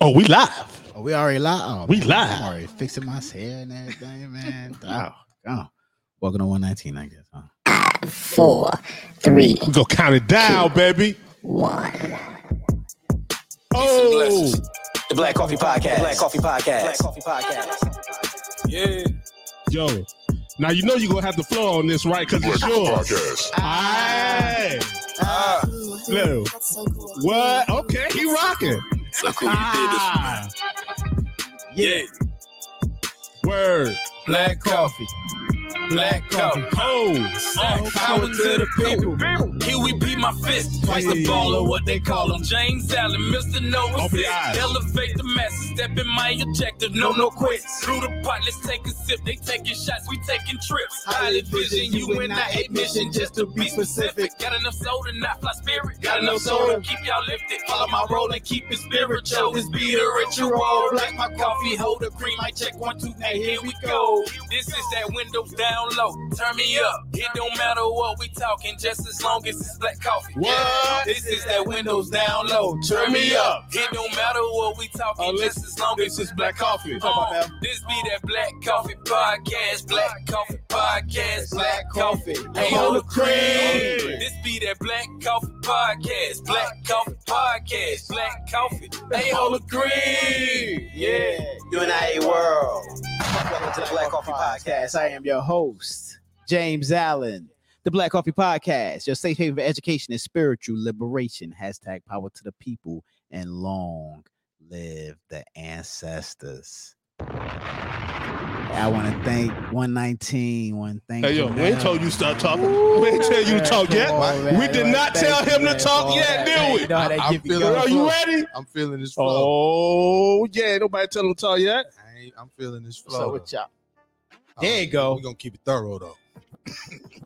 Oh, we live. Oh, we already live. Oh, We man, live. I'm already fixing my hair and everything, man. oh, oh. Welcome to 119, I guess. Huh? four, three, We go count it down, baby. one. Oh, Blessings. The Black Coffee Podcast. Black Coffee Podcast. Black Coffee Podcast. Yeah. yo. Now you know you're gonna have the flow on this, right? Because it's yours. Aye. Ah, Look. What? Okay, he rocking. so cool. Ah, You did this. Yeah. word. Black coffee. Black coffee. Oh, Black power to the people. Here we beat my fist. Twice the baller, what they call him. James Allen, Mr. Nova. Open Six. your eyes. Elevate the masses. Step in my objective. No, no quits. Through the pot, let's take a sip. They taking shots, we taking trips. Highly vision, you and I eight mission. Just to be specific. Got enough soul to not fly spirit. Got enough soul to keep y'all lifted. Follow my roll and keep it spiritual. This be the ritual. Like my coffee holder cream. I check one, two, hey, here we go. This is that windows down low. Turn me up. It don't matter what we talking, just as long as it's black coffee. What? This is that windows down low. Turn me up. It don't matter what we talking, just as long as it's black coffee. Uh, this be that black coffee podcast. Black coffee podcast. Black coffee. Hey, on the cream. This be that black coffee podcast. Black coffee podcast. Black coffee. Hey, on the cream. Yeah. You and I, world. Welcome to the Black Coffee Podcast. I am your host, James Allen. The Black Coffee Podcast, your safe haven for education and spiritual liberation. Hashtag power to the people and long live the ancestors. I want to thank 119. One thank Hey yo, you, we ain't man. told you to start talking. We ain't tell you to talk yet. We did not tell him to talk yet, did we? I'm feeling- Are you ready? I'm feeling this flow. Oh yeah, nobody tell him to talk yet. I ain't, I'm feeling this So flow. though. what y'all? I there like you it. go. We're gonna keep it thorough though.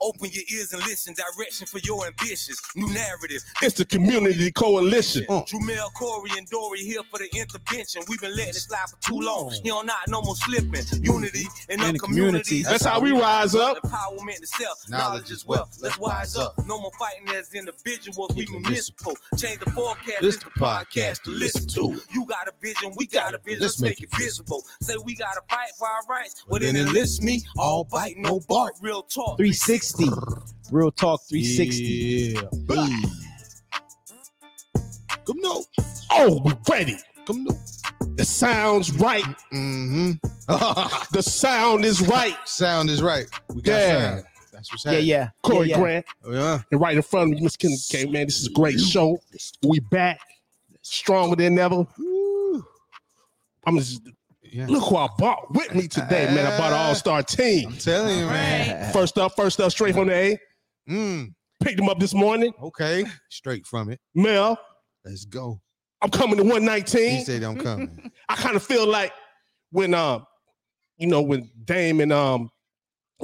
Open your ears and listen. Direction for your ambitions. New narratives. It's the community coalition. Drumel, Corey, and Dory here for the intervention. We've been letting it slide for too long. You don't not no more slipping. Unity in In the the community. community. That's how we rise up. Empowerment itself. Knowledge is wealth. Let's wise up. No more fighting as individuals. We municipal. Change the forecast. This the podcast to listen to. You got a vision. We got a vision. Let's make it visible. Say we got to fight for our rights. Well, then enlist me. All bite, no bark. Real talk. 360. Real talk 360. Yeah. Come no. Oh, we ready. Come no. It sounds right. Mm-hmm. The sound is right. sound is right. We got Yeah. sound. That's what's Yeah, happening. yeah. Corey yeah, yeah. Grant, Yeah. and right in front of me, Miss Kennedy K. Man, this is a great show. We back stronger than ever. I'm just Yeah. look who I brought with me today, man. I bought an all-star team. I'm telling you, man. First up, first up, straight from the A. Mm, Picked him up this morning. okay. Straight from it. Mel, Let's go. I'm coming to He 119. said I'm coming. I kind of feel like when um, you know, when Dame and um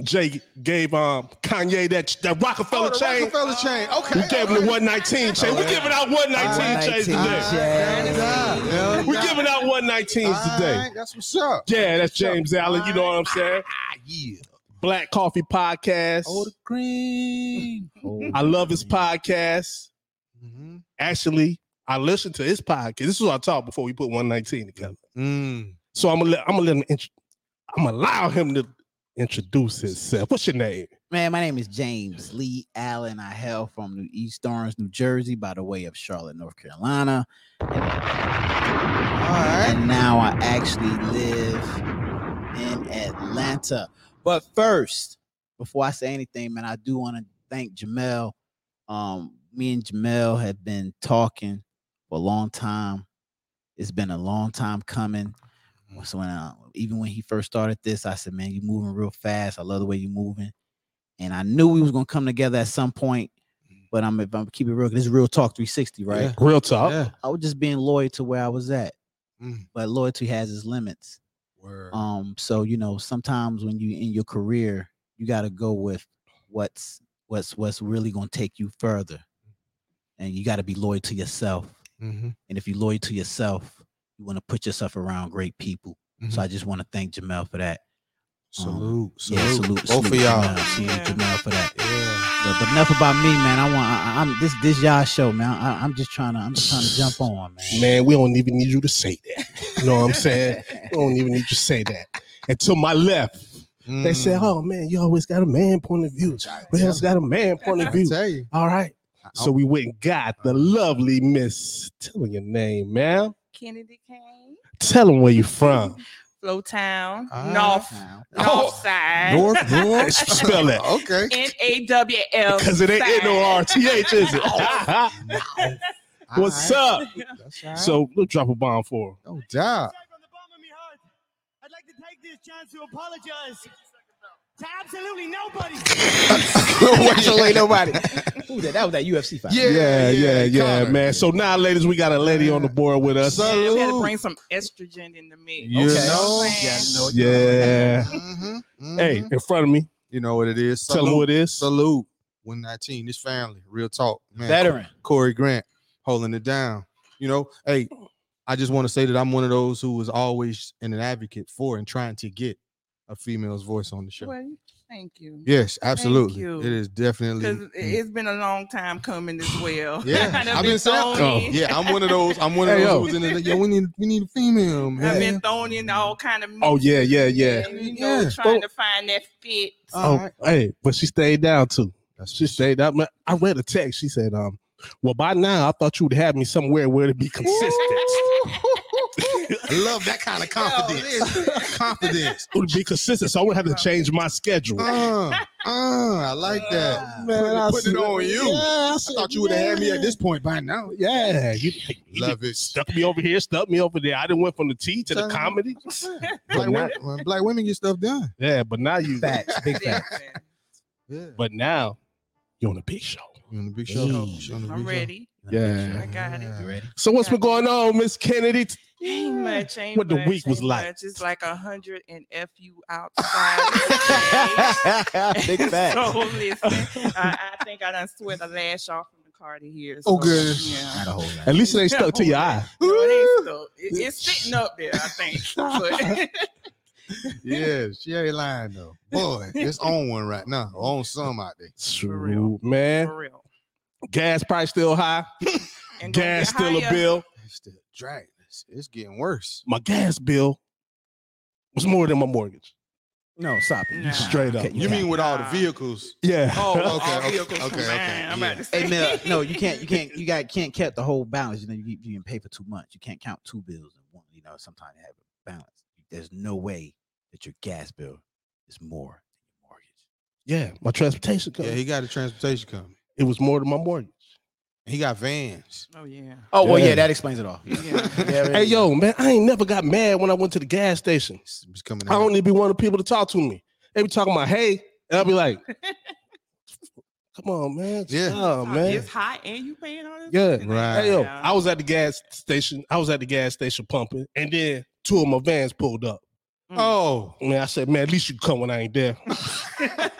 Jay gave um Kanye that that Rockefeller Oh, the chain. Rockefeller chain. Okay. Ah, We gave him the 119 chain. We're Alright. giving out 119 chains 119 today. Wewe're giving out 119s today. That's what's up. Yeah, that's James Allen. You know what I'm saying? Ah, yeah. Black Coffee Podcast. Oh, green. I love his podcast. Mm-hmm. Actually, I listened to his podcast. This is what I talked before we put 119 together. Mm. So I'm gonna let I'm gonna let him int- I'm gonna allow him to introduce himself. What's your name? Man, my name is James Lee Allen. I hail from New East Orange, New Jersey, by the way of Charlotte, North Carolina. All right. And now I actually live in Atlanta. But first, before I say anything, man, I do want to thank Jamel. Um, me and Jamel have been talking for a long time. It's been a long time coming. So when I, even when he first started this, I said, "Man, you moving real fast. I love the way you moving." And I knew we was gonna come together at some point. But I'm if I'm keep it real, 'cause this is real talk 360, right? Yeah. Real talk. Yeah. I was just being loyal to where I was at. Mm. But loyalty has its limits. Word. Um, so you know, sometimes when you in your career, you gotta go with what's what's what's really gonna take you further. And you gotta be loyal to yourself. Mhm. And if you're loyal to yourself, you wanna put yourself around great people. Mm-hmm. So I just wanna thank Jamel for that. Salute. Salute. Yeah, salute, Both salute of y'all. Jamel, salute Jamel for that. Yeah. But, but enough about me, man. I want I, I- I'm this this y'all show, man. I, I'm just trying to I'm just trying to jump on, man. Man, we don't even need you to say that. You know what I'm saying? you don't even need to say that. And to my left, Mm. they say, "Oh man, you always got a man point of view. We always got a man point of I view." tell you. All right. So we went and got Uh-huh. the lovely Miss. Tell her your name, ma'am. Kennedy Kane, Tell them where you from. Flow Town, Ah. North, North Side. North, Oh, North. Spell it. Okay. N A W L. Because it ain't N O R T H, is it? What's up? That's all right. So we'll drop a bomb for her. no Uh, doubt. from the bottom of my heart, I'd like to take this chance to apologize to absolutely nobody. Ain't nobody. Ooh, that, that was that UFC fight. Yeah, yeah, yeah, Connor. man. So now, ladies, we got a lady on the board with us. Salute. We had to bring some estrogen in the mix. You Okay. know. Yeah, Yeah. Mhm, mhm. Hey, in front of me. you know what it is. Tell them who it is. Salute. 119, this family, real talk, man. er- Veteran. Corey Grant holding it down. You know, hey, I just want to say that I'm one of those who was always an advocate for and trying to get a female's voice on the show. Well, thank you. Yes, absolutely. you. It is definitely. Because it's been a long time coming as well. Mm. Yeah, I've I've been been saying- thrown in. yeah, I'm one of those. I'm one of Hey, those yo. who was in the, yo, we need we need a female, I've man. been thrown in all kind of. Oh, yeah, yeah, yeah. mixes, You know, Yeah. trying to find that fit. Oh, Alright. hey, but she stayed down too. That's She stayed up. I read a text. She said, um, well, by now I thought you would have me somewhere where it'd be consistent. I love that kind of confidence. confidence. it would be consistent, so I wouldn't have to change my schedule. Uh, uh, I like that. Oh, Putting- I putting it said- on you. Yeah, I, I said, thought you would have had me at yeah. this point by now. Yeah, you, you Love it. stuck me over here, stuck me over there. I didn't went from the T to the Son. comedy. Black, women, when black women get stuff done. Yeah, but now you, Facts. Big facts. Listen, Yeah. but now you're on a big show. You on the big Hey. show? You on the I'm big show? ready. Yeah. I got it. Yeah. You ready? So what's been going on, Miss Kennedy? Ain't much, ain't What the much, week was ain't like. much. It's like a hundred and f you outside. Big facts. so listen, I, I think I done sweat a lash off from the car to here. Oh, so, good. Yeah. Not a whole lot. At least it ain't stuck to your eye. No, it ain't so- it- it's sitting up there, I think. But Yeah, she ain't lying though. Boy, it's on one right now. On some out there. real. Shoot, man. for real. Gas price still high. And gonna Gas get still a higher. bill. It's still dragging. It's, it's getting worse. My gas bill was more than my mortgage. No, stop it. Nah. Straight up. Okay, You yeah. mean with all the Nah. vehicles? Yeah. Oh, Okay, okay, okay, all vehicles okay, okay, okay, I'm yeah. about to say. Hey Mel, no, you can't, you can't, you got can't count the whole balance. You know, you, you can pay for too much. You can't count two bills in one. You know, sometimes you have a balance. There's no way that your gas bill is more than your mortgage. yeah. My transportation Yeah, company. he got a transportation company. it was more than my mortgage. He got vans. Oh yeah. Oh well, Yeah. yeah, that explains it all. Yeah. Hey, yo, man, I ain't never got mad when I went to the gas station. It's, it's coming I out. don't even be wanting people to talk to me. They be talking about hey, and I'll be like, come on, man. Yeah. Oh man. It's hot and you paying all this. Yeah. Right. Hey, yo, Yeah. I was at the gas station. I was at the gas station pumping, and then two of my vans pulled up. Oh, And I said, man, at least you come when I ain't there.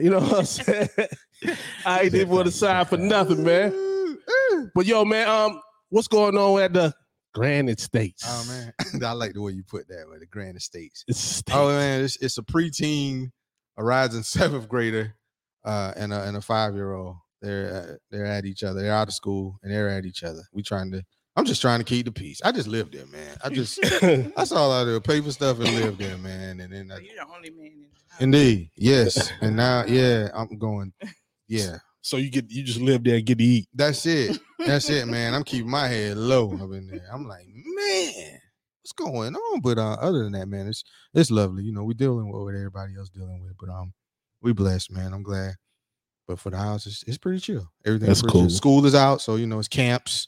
You know what I'm saying? I ain't even want to sign for nothing, man. Oh, But yo, man, um, what's going on at the Granite States? oh man. I like the way you put that with the Grand Estates. It's state. Oh man, it's, it's a preteen, a rising seventh grader, uh, and a and a five year old. They're uh, they're at each other. They're out of school and they're at each other. We trying to. I'm just trying to keep the peace. I just live there, man. I just that's all I do. Pay for stuff and live there, man. And then So I, You're the only man in the house. indeed, yes. And now, yeah, I'm going. Yeah, so you get you just live there and get to eat. that's it. That's it, man. I'm keeping my head low up in there. I'm like, man, what's going on? But uh, other than that, man, it's it's lovely. You know, we dealing with what everybody else dealing with, but um, we blessed, man. I'm glad. But for the house, it's, it's pretty chill. Everything's That's pretty chill. cool. School is out, so you know it's camps.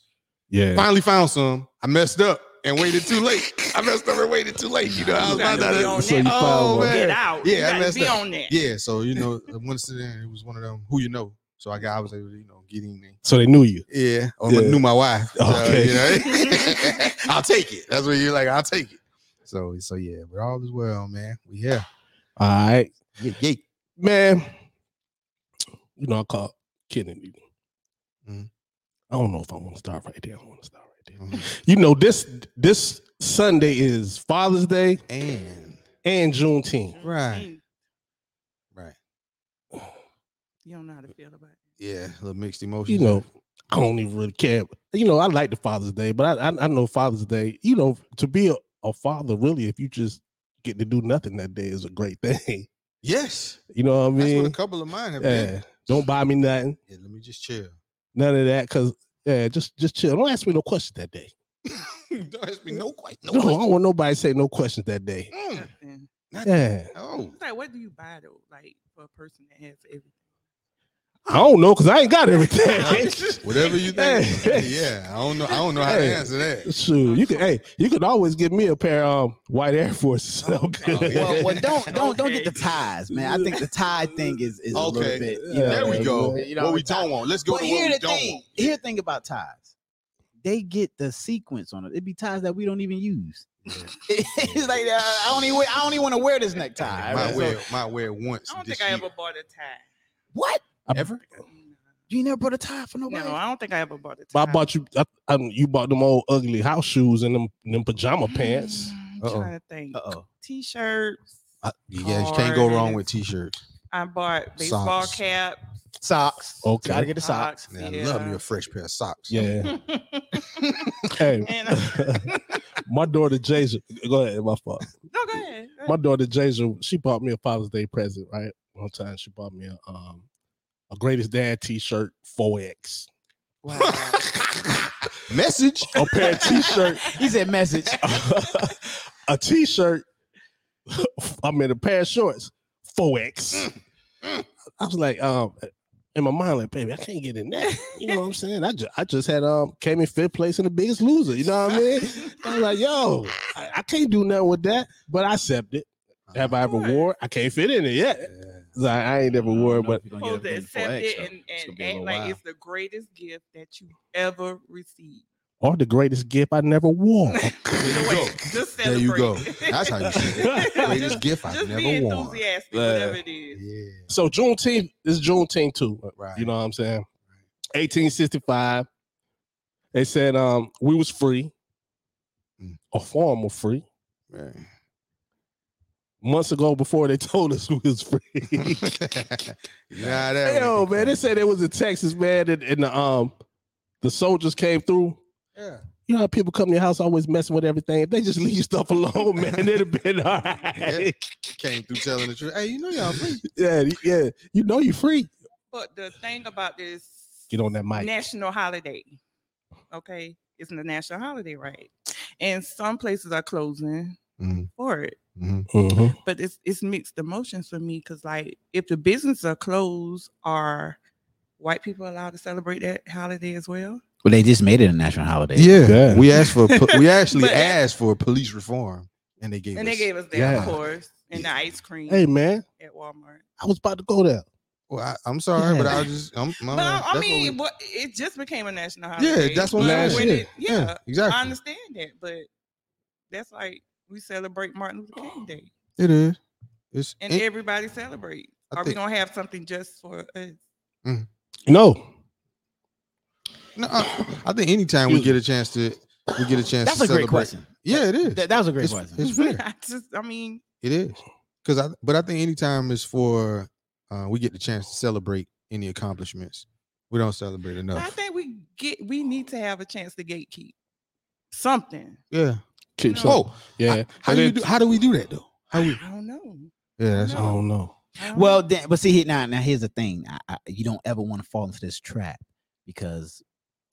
Yeah. Finally found some. I messed up and waited too late. I messed up and waited too late. You know, I was Gotta about be on to. so that. you Oh, found one. man. Get out. Yeah, You I gotta messed be up. on that. Yeah, so you know, once then it was one of them who you know. So I got I was able to you know get in there. So they knew you. Yeah, or Yeah. knew my wife. So, Okay. you know, I'll take it. That's what you're like. I'll take it. So, so yeah, but all is well, man. We here. All right. Yeah, yeah. Man, you know, I call Kennedy. Mm-hmm. Mhm. I don't know if I want to start right there. I want to start right there. Mhm. You know, this this Sunday is Father's Day And and Juneteenth. Right. right, You don't know how to feel about it. Mm. yeah, a little mixed emotions. You know, I don't even really care. You know, I like the Father's Day, but I I, I know Father's Day. You know, to be a, a father, really, if you just get to do nothing that day, is a great thing. Yes. You know what I That's what a mean? couple of mine have Yeah. been. Don't buy me nothing. Yeah, let me just chill. None of that. Cause yeah, just just chill. Don't ask me no questions that day. Don't ask me no question. No No, I question. don't want nobody to say no questions that day. Mm, Nothing. Yeah. Oh, It's like, what do you buy though? Like for a person that has everything. I don't know because I ain't got everything. whatever you think. Hey. yeah, I don't know. I don't know how Hey. to answer that. Shoot, you can hey, you can always give me a pair of um, white Air Forces. Okay. Well, well, don't don't don't get the Okay. ties, man. I think the tie thing is is a Okay. little bit. You know, There we go. You know what we it's not- don't want. Let's go But to here what we the don't thing. want. Here the thing about ties. They get the sequence on it. It'd be ties that we don't even use. it's like uh, I don't even wear- I don't even want to wear this necktie. might right? wear might wear once. I don't this think I year. ever bought a tie. What? ever. You never brought a tie for nobody? No, I don't think I ever bought a tie. But I bought you I, I, you bought them old ugly house shoes and them them pajama pants. Mm, Uh-oh. I'm trying to think. Uh-oh. T-shirts. Uh, yeah, you can't go wrong with t-shirts. I bought baseball Socks. cap. Socks. Okay. Gotta get the socks. Socks. Man, I love me a fresh pair of socks. Yeah. hey. And uh, I- my daughter Jason, go ahead, my fault. no, go ahead. Go my ahead. daughter Jason, she bought me a Father's Day present, right? One time she bought me a um a greatest dad t-shirt 4X. Message. A pair of t-shirt, He said message. a t-shirt, I mean a pair of shorts, 4X. I was like, um, in my mind, like, baby, I can't get in that. You know what I'm saying? I just I just had um came in fifth place in the biggest loser. You know what I mean? I was like, yo, I, I can't do nothing with that, but I accept it. Have I ever course. wore? it? I can't fit in it yet. Like, I ain't never wore, it, but supposed to accept it and, and act like it's the greatest gift that you ever received. or the greatest gift I never wore. There you Wait, go. Just There you go. celebrate. That's how you should. Greatest just, gift I've just be never worn. enthusiastic, Yeah. whatever it is. Yeah. so Juneteenth is Juneteenth too. Right. You know what I'm saying? 1865. They said um we was free, Mm. a form of free. Right. Months ago, before they told us we was free. nah, that Yo, wouldn't be man, they cool. said it was in Texas, man, and, and the um the soldiers came through. Yeah. You know how people come to your house always messing with everything. If they just leave your stuff alone, man, it'd have been all right. Came through telling the truth. Hey, you know y'all free. Yeah, yeah. You know you free. But the thing about this Get on that mic. national holiday, okay, it's a national holiday, right? And some places are closing Mhm. for it. Mhm. but it's it's mixed emotions for me because like if the businesses are closed, are white people allowed to celebrate that holiday as well? Well, they just made it a national holiday. Yeah. Yeah. We asked for po- we actually But- asked for police reform and they gave And us they gave us that, Yeah. of course, and the ice cream Hey, man, at Walmart. I was about to go there. well, I, I'm sorry, but I Yeah. just I'm, But no, I- Oh, that's I what mean, we- what it just became a national yeah, holiday. that's what but last when year. it- yeah, I exactly. understand that, but that's like we celebrate Martin Luther King Day, It is. It's and it- everybody celebrates. I Are we think- gonna have something just for us? No, no, I, I think anytime we Excuse get a chance to we get a chance That's to a great celebrate. question. Yeah, it is. That, that was a great It's, question. it's fair. I just, I mean, It is because I, but I think anytime is for uh, we get the chance to celebrate any accomplishments. We don't celebrate I enough. think we get we need to have a chance to gatekeep something. Yeah. keep No. something. Whoa. Yeah, How And do you it- do? How do we do that though? How we? I don't know. Yeah. I That's, No. don't know. I don't Well, know. then, but see, here- now, now here's the thing: I, I, you don't ever want to fall into this trap because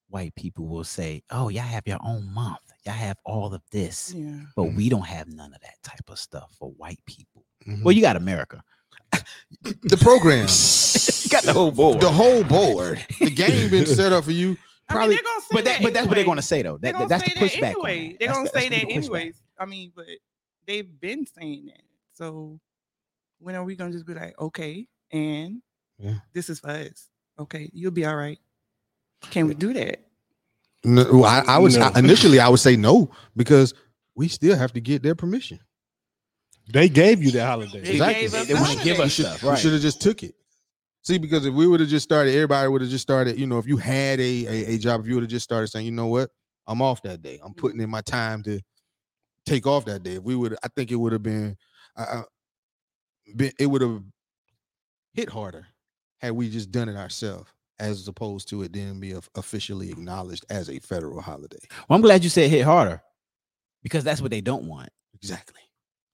white people will say, "Oh, y'all have your own month, y'all have all of this, yeah. but Mhm. we don't have none of that type of stuff for white people." Mhm. Well, you got America, the program, you got the whole board, the whole board, the game been set up for you. I Probably- mean, they're gonna say but that, but that's what they're anyway. gonna say though. They're That, gonna that's say the pushback. on anyway. that. They're That's gonna the- that's say gonna that be the pushback. anyways. I mean, but they've been saying that. So when are we gonna just be like, okay, and Yeah. this is for us. Okay, you'll be all right. Can we do that? No, I, I would No. I- initially I would say no because we still have to get their permission. They gave you that holiday. They Exactly. gave us They want to give us holidays. stuff, We right? should have just took it. See, because if we would have just started, everybody would have just started. You know, if you had a a, a job, if you would have just started saying, you know what, I'm off that day. I'm putting in my time to take off that day. If we would, I think it would have been, uh, been it would have hit harder had we just done it ourselves. as opposed to it then be of- officially acknowledged as a federal holiday. Well, I'm glad you said hit harder because that's what they don't want. Exactly.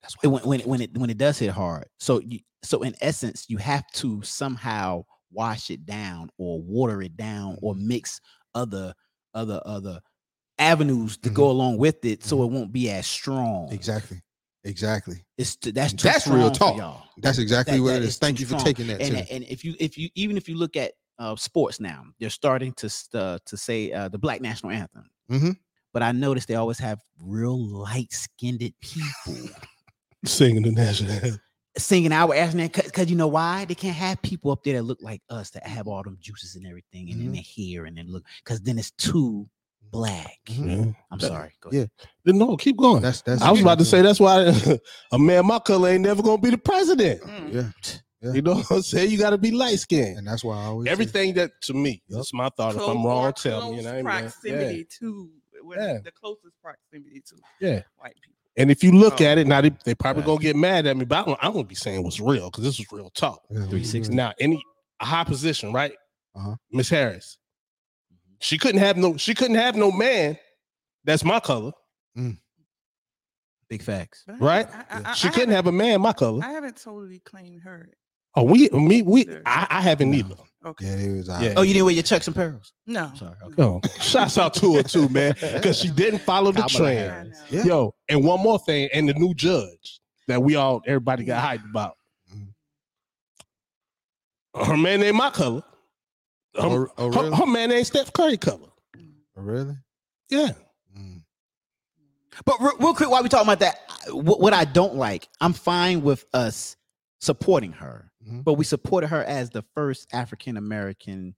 That's It- when, when, it, when it when it does hit hard. So you, so in essence, you have to somehow wash it down or water it down or Mm-hmm. mix other other other avenues to Mm-hmm. go along with it so it won't be as strong. Exactly. Exactly. It's too, that's too That's real strong for talk. y'all. That's exactly That- what that it is. is Thank too you for strong. taking that and to me. and if you if you even if you look at uh, sports now, they're starting to st- uh, to say uh, the black national anthem. Mhm. But I noticed they always have real light skinned people Singing the national anthem. singing our national because you know why they can't have people up there that look like us that have all them juices and everything and then Mhm. their hair and then look because then it's too black. Mhm. I'm That- sorry. Go yeah, ahead. Then no, keep going. That's that's I was about to say exactly- that's why a man my color ain't never gonna be the president. Mm. Yeah. You know what I'm saying? You gotta be light skinned. And that's why I always say- Everything that to me, Yup. that's my thought. If Close I'm or wrong, tell me. close And I ain't mad. proximity Yeah. to what Yeah. the closest proximity to Yeah. white people. And if you look Oh. at it, now they, they probably Right. gonna get mad at me, but I'm, I'm gonna be saying what's real because this is real talk. Yeah, we- 360. Now, any a high position, right? Uh-huh. Miss Harris. Mm-hmm. She couldn't have no. She couldn't have no man. That's my color, Big facts. But I- right? I- Yeah. I, I, she I couldn't haven't- have a man my color. I haven't totally claimed her. oh, we, me, we. There. I, I haven't either. Okay. Yeah, it was. all Yeah. right. Oh, you didn't wear your checks and pearls. No. I'm sorry. Okay. No. Shouts out to her too, man, because she didn't follow the Kamala trend. I know. Yeah. Yo, and one more thing, and the new judge that we all everybody got hyped about. Mhm. Her man ain't my color. Her, Oh, oh, her- really? her man ain't Steph Curry color. Oh, really? Yeah. Mm. But re- real quick, while we talking about that, I- what, what I don't like, I'm fine with us supporting her, Mm-hmm. Mhm. but we supported her as the first African American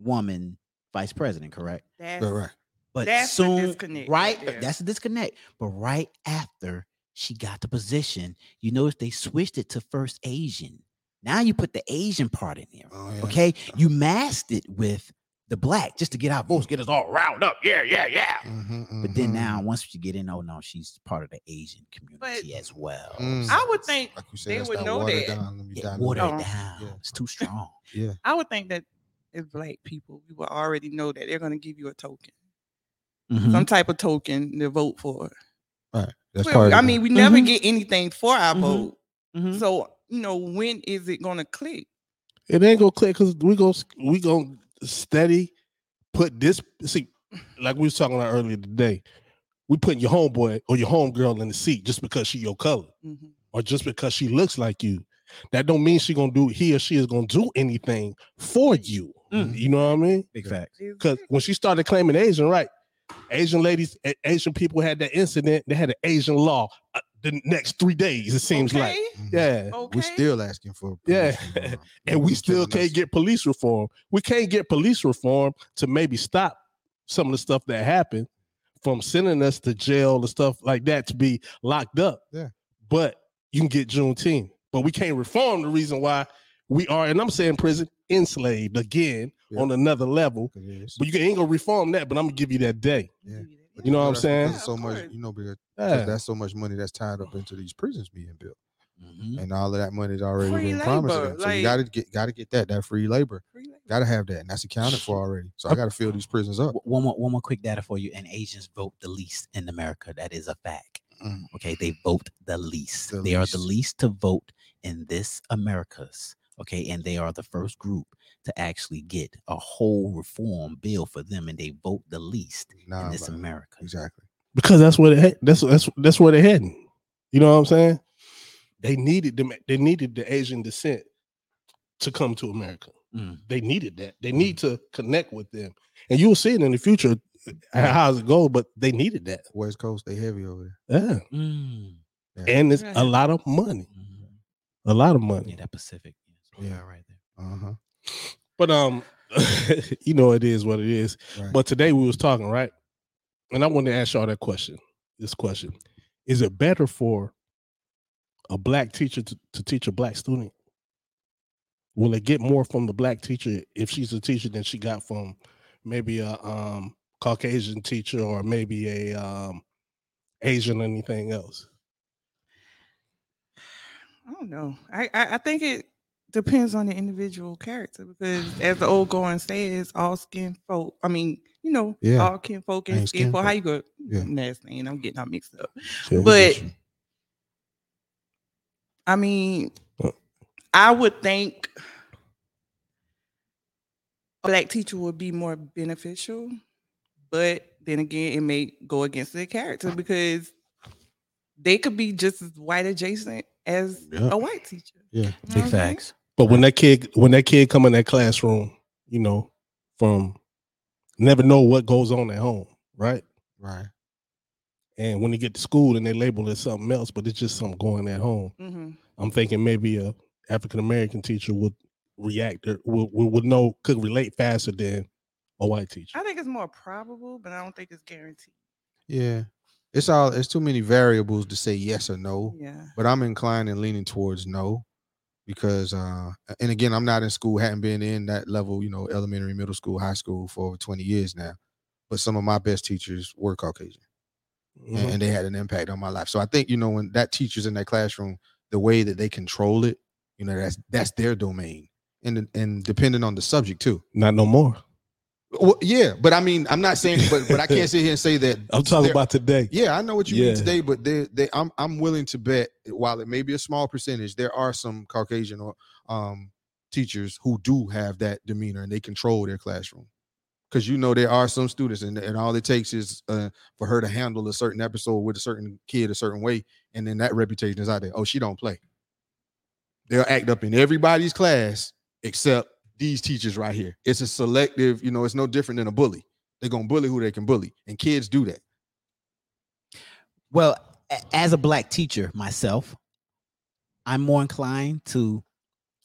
woman vice president, correct? That's, All right. But That's the soon, disconnect right right? there. that's a disconnect. But right after she got the position, you notice they switched it to first Asian. Now you put the Asian part in Uh-huh. there. Oh, yeah. Okay, you masked it with the black just to get our votes, get us all riled up. Yeah, yeah, yeah. Mhm, But then mhm. now, once you get in, oh no, she's part of the Asian community as well. Mm. I would think Like you said, they that's would that know watered that. down, let me It down, watered let me- it down. Yeah. It's too strong. I would think that as black people, we will already know that they're gonna give you a token, Mhm. Mm-hmm. some type of token to vote for. That's Well, part of I it. mean, we never Mhm. Mm-hmm. get anything for our Mhm. vote. Mhm. So you know, when is it gonna click? It ain't gonna click because we go we gonna steady put this see like we was talking about earlier today. We putting your homeboy or your homegirl in the seat just because she your color Mhm. or just because she looks like you. That don't mean she gonna do he or she is gonna do anything for you. Mm. You know what I mean? Big facts. Is Because it? when she started claiming Asian, right? Asian ladies, A- Asian people had that incident. They had an Asian law uh, the next three days. It seems like, Okay, Mhm. yeah. Okay. We're still asking for. Yeah. permission, bro. and we You're still killing can't us. get police reform. We can't get police reform to maybe stop some of the stuff that happened from sending us to jail and stuff like that to be locked up. Yeah. But you can get Juneteenth. But we can't reform the reason why we are, and I'm saying prison, enslaved again Yeah. on another level. It is. But you ain't gonna reform that, but I'm gonna give you that day. Yeah. You know what I'm That's saying? because Yeah, So of much, course. you know, because Yeah. Mm-hmm. that's so much money that's tied up into these prisons being built, Mhm. and all of that money is already Free been promised. to labor, them. So you like- gotta get, gotta get that, that free labor, Free labor. gotta have that, and that's accounted for already. So I gotta fill these prisons up. W- One more, one more quick data for you. And Asians vote the least in America. That is a fact. Mm. Okay, they vote the least. The they are the least. least to vote in this Americas. Okay, and they are the first group to actually get a whole reform bill for them, and they vote the least Nah, in this bro. America. exactly. because that's what it he- that's that's that's where they're heading. You know what I'm saying? They needed them. They needed the Asian descent to come to America. Mm. They needed that. They need to connect with them, and you'll see it in the future how how's it go. But they needed that. West Coast, they heavy over there. Yeah, Mm. and it's a lot of money. Mhm. A lot of Yeah, money. that Pacific. Yeah, Yeah. right there. Uh huh. But um, you know it is what it is. Right. But today we was talking, right? And I wanted to ask y'all that question. This question. Is it better for a black teacher to, to teach a black student? Will it get more from the black teacher if she's a teacher than she got from maybe a um Caucasian teacher or maybe a um Asian or anything else? I don't know. I, I I think it depends on the individual character because, as the old going says, all skin folk. I mean, you know, Yeah. all kin folk and Ain't skin skin folk. How you go? Yeah. Last name. I'm getting all mixed up. Yeah, we But got you. I mean, Uh. Huh. I would think a black teacher would be more beneficial, but then again, it may go against their character because they could be just as white adjacent as Yeah. a white teacher. Yeah. You know Big what I'm saying? facts. but when that kid when that kid come in that classroom, you know, from never know what goes on at home, right? Right. And when they get to school and they label it something else, but it's just something going at home. Mhm. I'm thinking maybe a African American teacher would react or would, would would know could relate faster than a white teacher. I think it's more probable, but I don't think it's guaranteed. Yeah. It's all it's too many variables to say yes or no. Yeah. but I'm inclined and leaning towards no because uh and again I'm not in school hadn't been in that level you know elementary middle school high school for over 20 years now but some of my best teachers were Caucasian and- Mhm. and they had an impact on my life so I think you know when that teacher's in that classroom the way that they control it you know that's that's their domain and then- and depending on the subject too Not no more. well, yeah but I mean I'm not saying but but I can't sit here and say that I'm talking they're- about today. yeah, I know what you Yeah. mean today, but they they I'm I'm willing to bet while it may be a small percentage, there are some Caucasian or um teachers who do have that demeanor and they control their classroom. Cause you know there are some students and, and all it takes is uh, for her to handle a certain episode with a certain kid a certain way, and then that reputation is out there. Oh, she don't play. They'll act up in everybody's class except these teachers right here. It's a selective, you know, it's no different than a bully. They're gonna bully who they can bully, and kids do that. Well, a- as a black teacher myself, I'm more inclined to.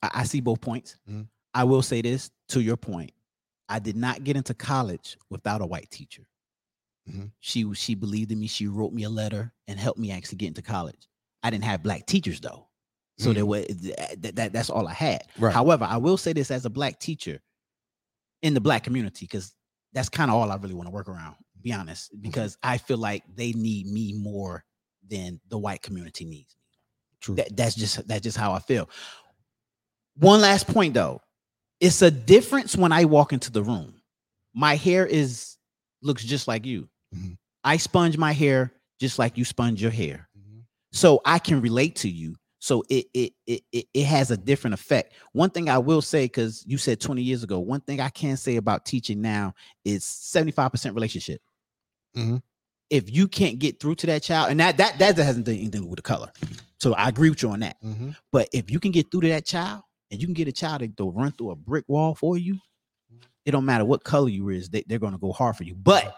I, I see both points. Mhm. I will say this to your point. I did not get into college without a white teacher. Mhm. She w- she believed in me. She wrote me a letter and helped me actually get into college. I didn't have black teachers though, so there was that, that that's all I had. Mm-hmm. Right. However, I will say this as a black teacher in the black community because that's kind of all I really want to work around, be Mm-hmm. honest, because I feel like they need me more than the white community needs me. True. That, that's just that's just how I feel. One last point though. It's a difference when I walk into the room. My hair is looks just like you. Mhm. I sponge my hair just like you sponge your hair Mhm. so I can relate to you. So it it it it, it has a different effect. One thing I will say, because you said 20 years ago, one thing I can say about teaching now is 75% relationship. Mhm. If you can't get through to that child, and that that that hasn't done anything with the color. So I agree with you on that. Mm-hmm. But if you can get through to that child and you can get a child to, to run through a brick wall for you, it don't matter what color you is, they, they're gonna go hard for you. But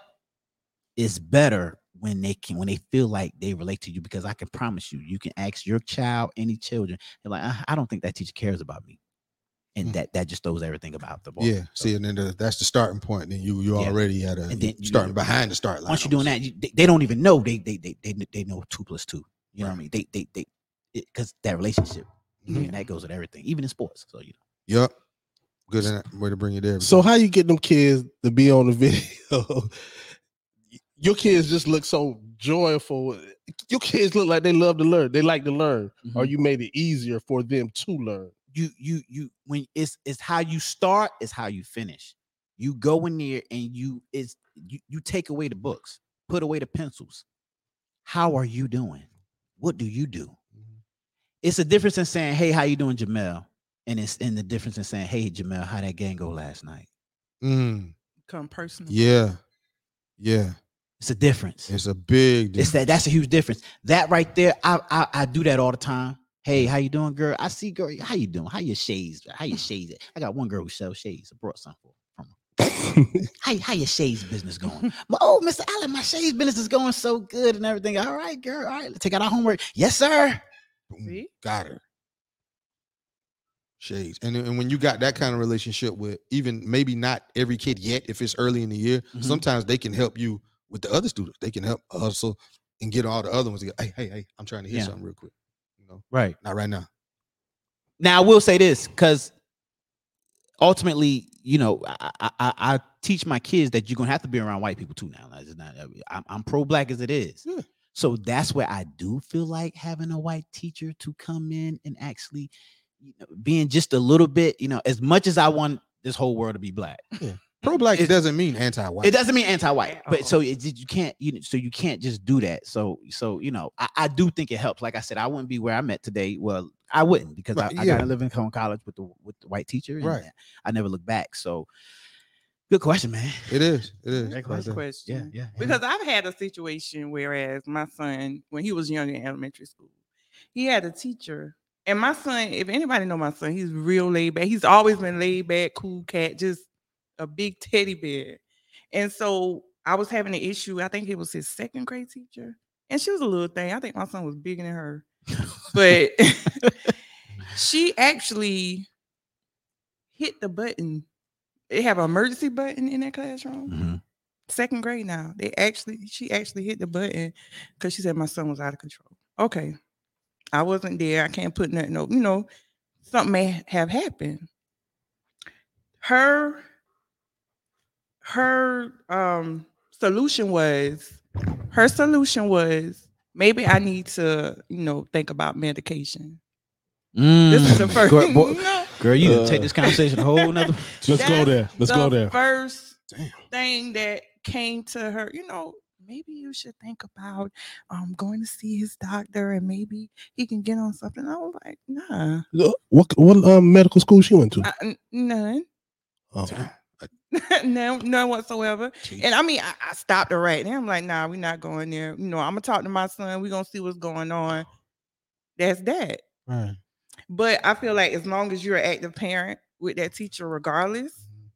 it's better when they can when they feel like they relate to you because I can promise you, you can ask your child, any children, they're like, "Uh, I don't think that teacher cares about me. And Mm. that that just throws everything about the ball. Yeah. See, and then the, that's the starting point. Then you you Yeah. already at a And then you- starting behind the start line. once you're doing that, you, they, they don't even know they they they they, kn- they know two plus two. You know what I Right. mean? They they they because that relationship you know, Mhm. and that goes with everything, even in sports. So you know. Yep. Good en- way to bring it there. So how you get them kids to be on the video? Your kids just look so joyful. Your kids look like they love to learn. They like to learn, or Mhm. you made it easier for them to learn. you you you when it's it's how you start is how you finish. You go in there and you is you, you take away the books, put away the pencils. How are you doing? What do you do? It's a difference in saying, "Hey, how you doing, Jamel?" And it's in the difference in saying, "Hey, Jamel, how that game go last night?" Mm, Come personal. yeah. Yeah. It's a difference. It's a big. It's that that's a huge difference. That right there, I I, I do that all the time. Hey, how you doing, girl? I see, girl. How you doing? How your shades? How your shades? at?" I got one girl who sells shades. I brought some for- from her. how how your shades business going? "My- oh, Mr. Allen, my shades business is going so good and everything. All right, girl. All right, let's take out our homework. Yes, sir. difference. See? Got her. Shades. And then- and when you got that kind of relationship with even maybe not every kid yet, if it's early in the year, Mhm. sometimes they can help you with the other students. They can help hustle and get all the other ones. to go, Hey, hey, hey! I'm trying to hear Yeah. Mm, something real quick. You know, Right. not right now. Now I will say this because ultimately, you know, I, I I I teach my kids that you're gonna have to be around white people too. Now Like, it's not- I'm, pro black as it is, Yeah. so that's where I do feel like having a white teacher to come in and actually you know, being just a little bit, you know, as much as I want this whole world to be black, Pro black It- doesn't mean anti white. it doesn't mean anti-white. Oh. But so it, you can't, you know, so you can't just do that. So so you know, I, I do think it helps. Like I said, I wouldn't be where I'm at today. Well, I wouldn't because Right, I, I yeah. got to live in Cone College with the with the white teacher. and Right. I never look back. So good question, man. It is. It is. That's a Right great there. question. yeah. because I've had a situation whereas my son, when he was young in elementary school, he had a teacher. And my son, if anybody know my son, he's real laid back. He's always been laid back, cool cat, just a big teddy bear. And so I was having an issue. I think it was his second grade teacher. And she was a little thing. I think my son was bigger than her. But she actually hit the button. They have an emergency button in that classroom Mhm. second grade now. They actually, she actually hit the button because she said my son was out of control. Okay, I wasn't there. I can't put nothing. No, you know, something may have happened. Her, her um solution was, her solution was maybe I need to, you know, think about medication. This is the Mm, first. Girl, boy- No. girl, you done Uh. take this conversation a whole nother. Let's go That's there. Let's the go there. First thing that came to her, you know, maybe you should think about um going to see his doctor and maybe he can get on something. I was like, nah, What what um, medical school she went to? I- n- none. Oh, no, none whatsoever. And I mean, I, I stopped her right there. I'm like, nah, we're not going there. You know, I'm gonna talk to my son. We're gonna see what's going on. That's that. Right. But I feel like as long as you're an active parent with that teacher, regardless, Mm-hmm.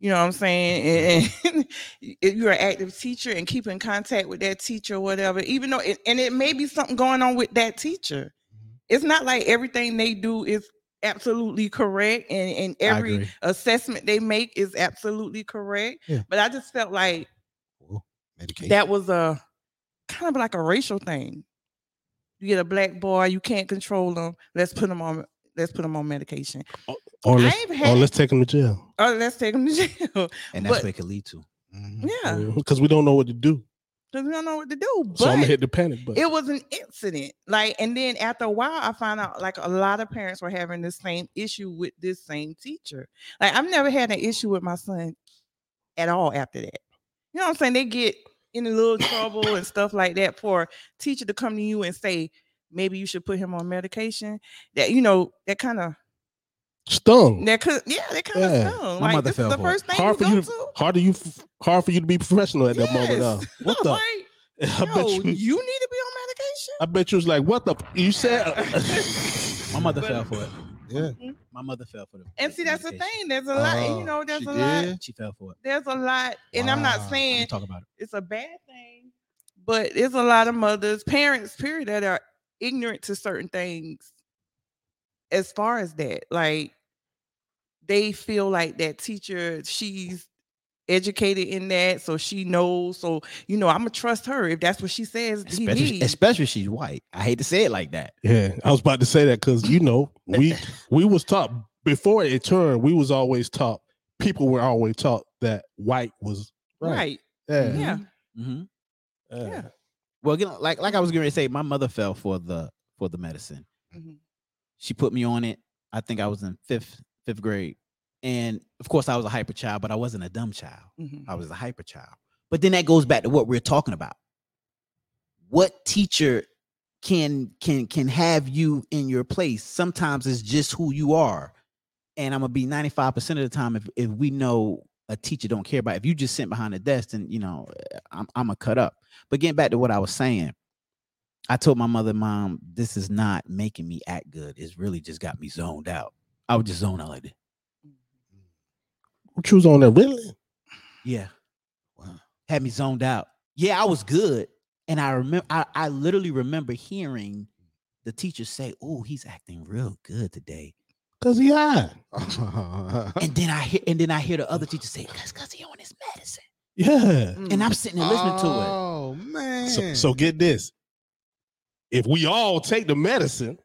you know what I'm saying? And, and if you're an active teacher and keep in contact with that teacher or whatever, even though, it, and it may be something going on with that teacher. Mm-hmm. It's not like everything they do is absolutely correct and, and every agree. assessment they make is absolutely correct. Yeah. But I just felt like Medication. that was a kind of like a racial thing. You get a black boy, you can't control them. Let's put them on. Let's put them on medication. or Oh, let's, I've or had, let's take him to jail or let's take them to jail. And that's But- what it could lead to. Mhm. yeah, because we don't know what to do. because we don't know what to do. But So I'm gonna hit the panic button. it was an incident. Like, and then after a while, I found out like a lot of parents were having the same issue with this same teacher. Like, I've never had an issue with my son at all after that. You know what I'm saying? They get in a little trouble and stuff like that for a teacher to come to you and say, maybe you should put him on medication. That you know, that kind of Stung. that could yeah, that kind of Yeah, stung. my Like mother this is fell the for it. first thing Hard for you go you to. Hard to you. Hard for you to be professional at that moment. Yes. huh? What the? Like, I yo, bet you. you need to be on medication. I bet you was like, what the? f- You said. My mother But- fell for it. Yeah. My mother fell for it. And see, that's the thing. There's a lot, Oh, you know, there's she a lot, did? She fell for it. there's a lot, and I'm Wow. not We saying talk about it. it's a bad thing, but it's a lot of mothers, parents, period, that are ignorant to certain things as far as that. Like they feel like that teacher, she's educated in that, so she knows. So, you know, I'm gonna trust her if that's what she says. he Especially, needs. especially if she's white. I hate to say it like that. yeah, I was about to say that because you know we we was taught before it turned. We was always taught. People were always taught that white was right. Yeah. Yeah. Mm-hmm. yeah. Yeah. Well, again, like like I was going to say, my mother fell for the for the medicine. Mhm. She put me on it. I think I was in fifth fifth grade, and of course, I was a hyper child, but I wasn't a dumb child. Mhm. I was a hyper child. But then that goes back to what we're talking about. What teacher can can can have you in your place? Sometimes it's just who you are. And I'm gonna be 95% of the time if if we know a teacher don't care about if you just sit behind the desk and you know eh, I'm I'm gonna cut up. But getting back to what I was saying, I told my mother, Mom, this is not making me act good. It's really just got me zoned out. I would just zone out like this. What you was on there really? Yeah. Had me zoned out. Yeah, I was good. And I remember I, I literally remember hearing the teacher say, Oh, he's acting real good today. Cause he high. And then I hear and then I hear the other teacher say, That's because he on his medicine. Yeah. And I'm sitting there listening to it. Oh man. So, so Mm. get this. If we all take the medicine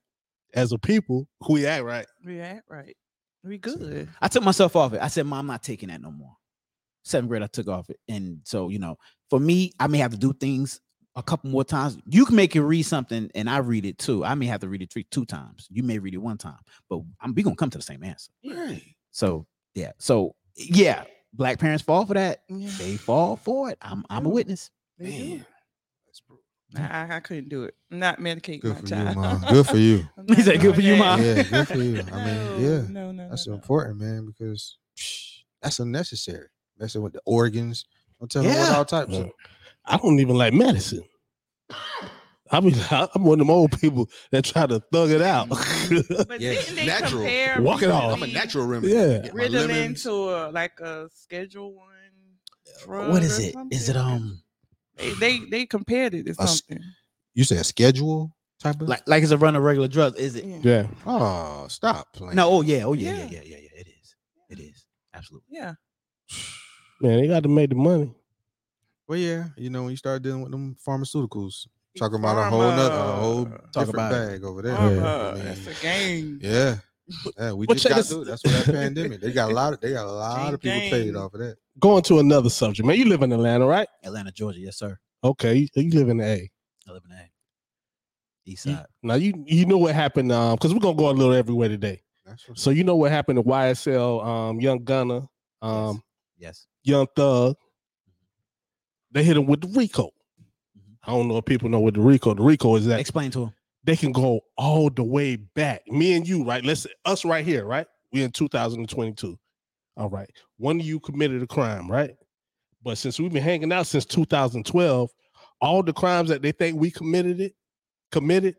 as a people, we act right. Yeah, right. We good. I took myself off it. I said, Mom, I'm not taking that no more. Seventh grade, I took off it. And so, you know, for me, I may have to do things a couple more times. You can make it read something, and I read it too. I may have to read it three, two times. You may read it one time, but I'm, we gonna come to the same answer. Right. So yeah, so yeah, black parents fall for that. Yeah, They fall for it. I'm I'm a witness. they do. Man. That's brutal. I, I couldn't do it. Not medicate Good my for you, child. mom. Good for you. I'm He not said, "Good for doing you, that." Mom." Yeah, good for you. I mean, No, yeah. No, no, That's no, no. important, man, because psh, that's unnecessary. Messing with the organs. I'm telling you what Yeah. all types of uh, I don't even like medicine. I mean, I- I'm one of them old people that try to thug it out. But Yeah, didn't they natural. compare? Walk it off. I'm a natural remedy. Yeah. Get my Ritalin lemons. to a, like a Schedule One. drug What is or it? Is it something. um They they, they compared it to A s- something. You said schedule type of like like it's a run of regular drugs? Is it? Yeah. yeah. Oh, stop playing. No. Oh yeah. Oh yeah. Yeah. Yeah. Yeah. Yeah. Yeah. It is. It is. Absolutely. Yeah. Man, they got to make the money. Well, yeah, you know when you start dealing with them pharmaceuticals, talking about a whole nother, a whole Pharma. uh, different about it. bag over there. Pharma, I mean, uh, That's a game. yeah, yeah, we But just check got this- through. it. That's what that pandemic. They got a lot. Of, they got a lot of people Gang, paid gang. off of that. Going to another subject, man. You live in Atlanta, right? Atlanta, Georgia. Yes, sir. Okay, you, you live in the A. I live in A. East You- side. Now you you know what happened because we're gonna go a little everywhere today. That's what's So you know what happened to YSL, um, Young Gunner, um, Yes. Young Thug, they hit him with the Rico. I don't know if people know what the Rico. The Rico is that Explain to him. they can go all the way back. Me and you, right? Let's us right here, right? We're in 2022. All right. One of you committed a crime, right? But since we've been hanging out since 2012, all the crimes that they think we committed it, committed,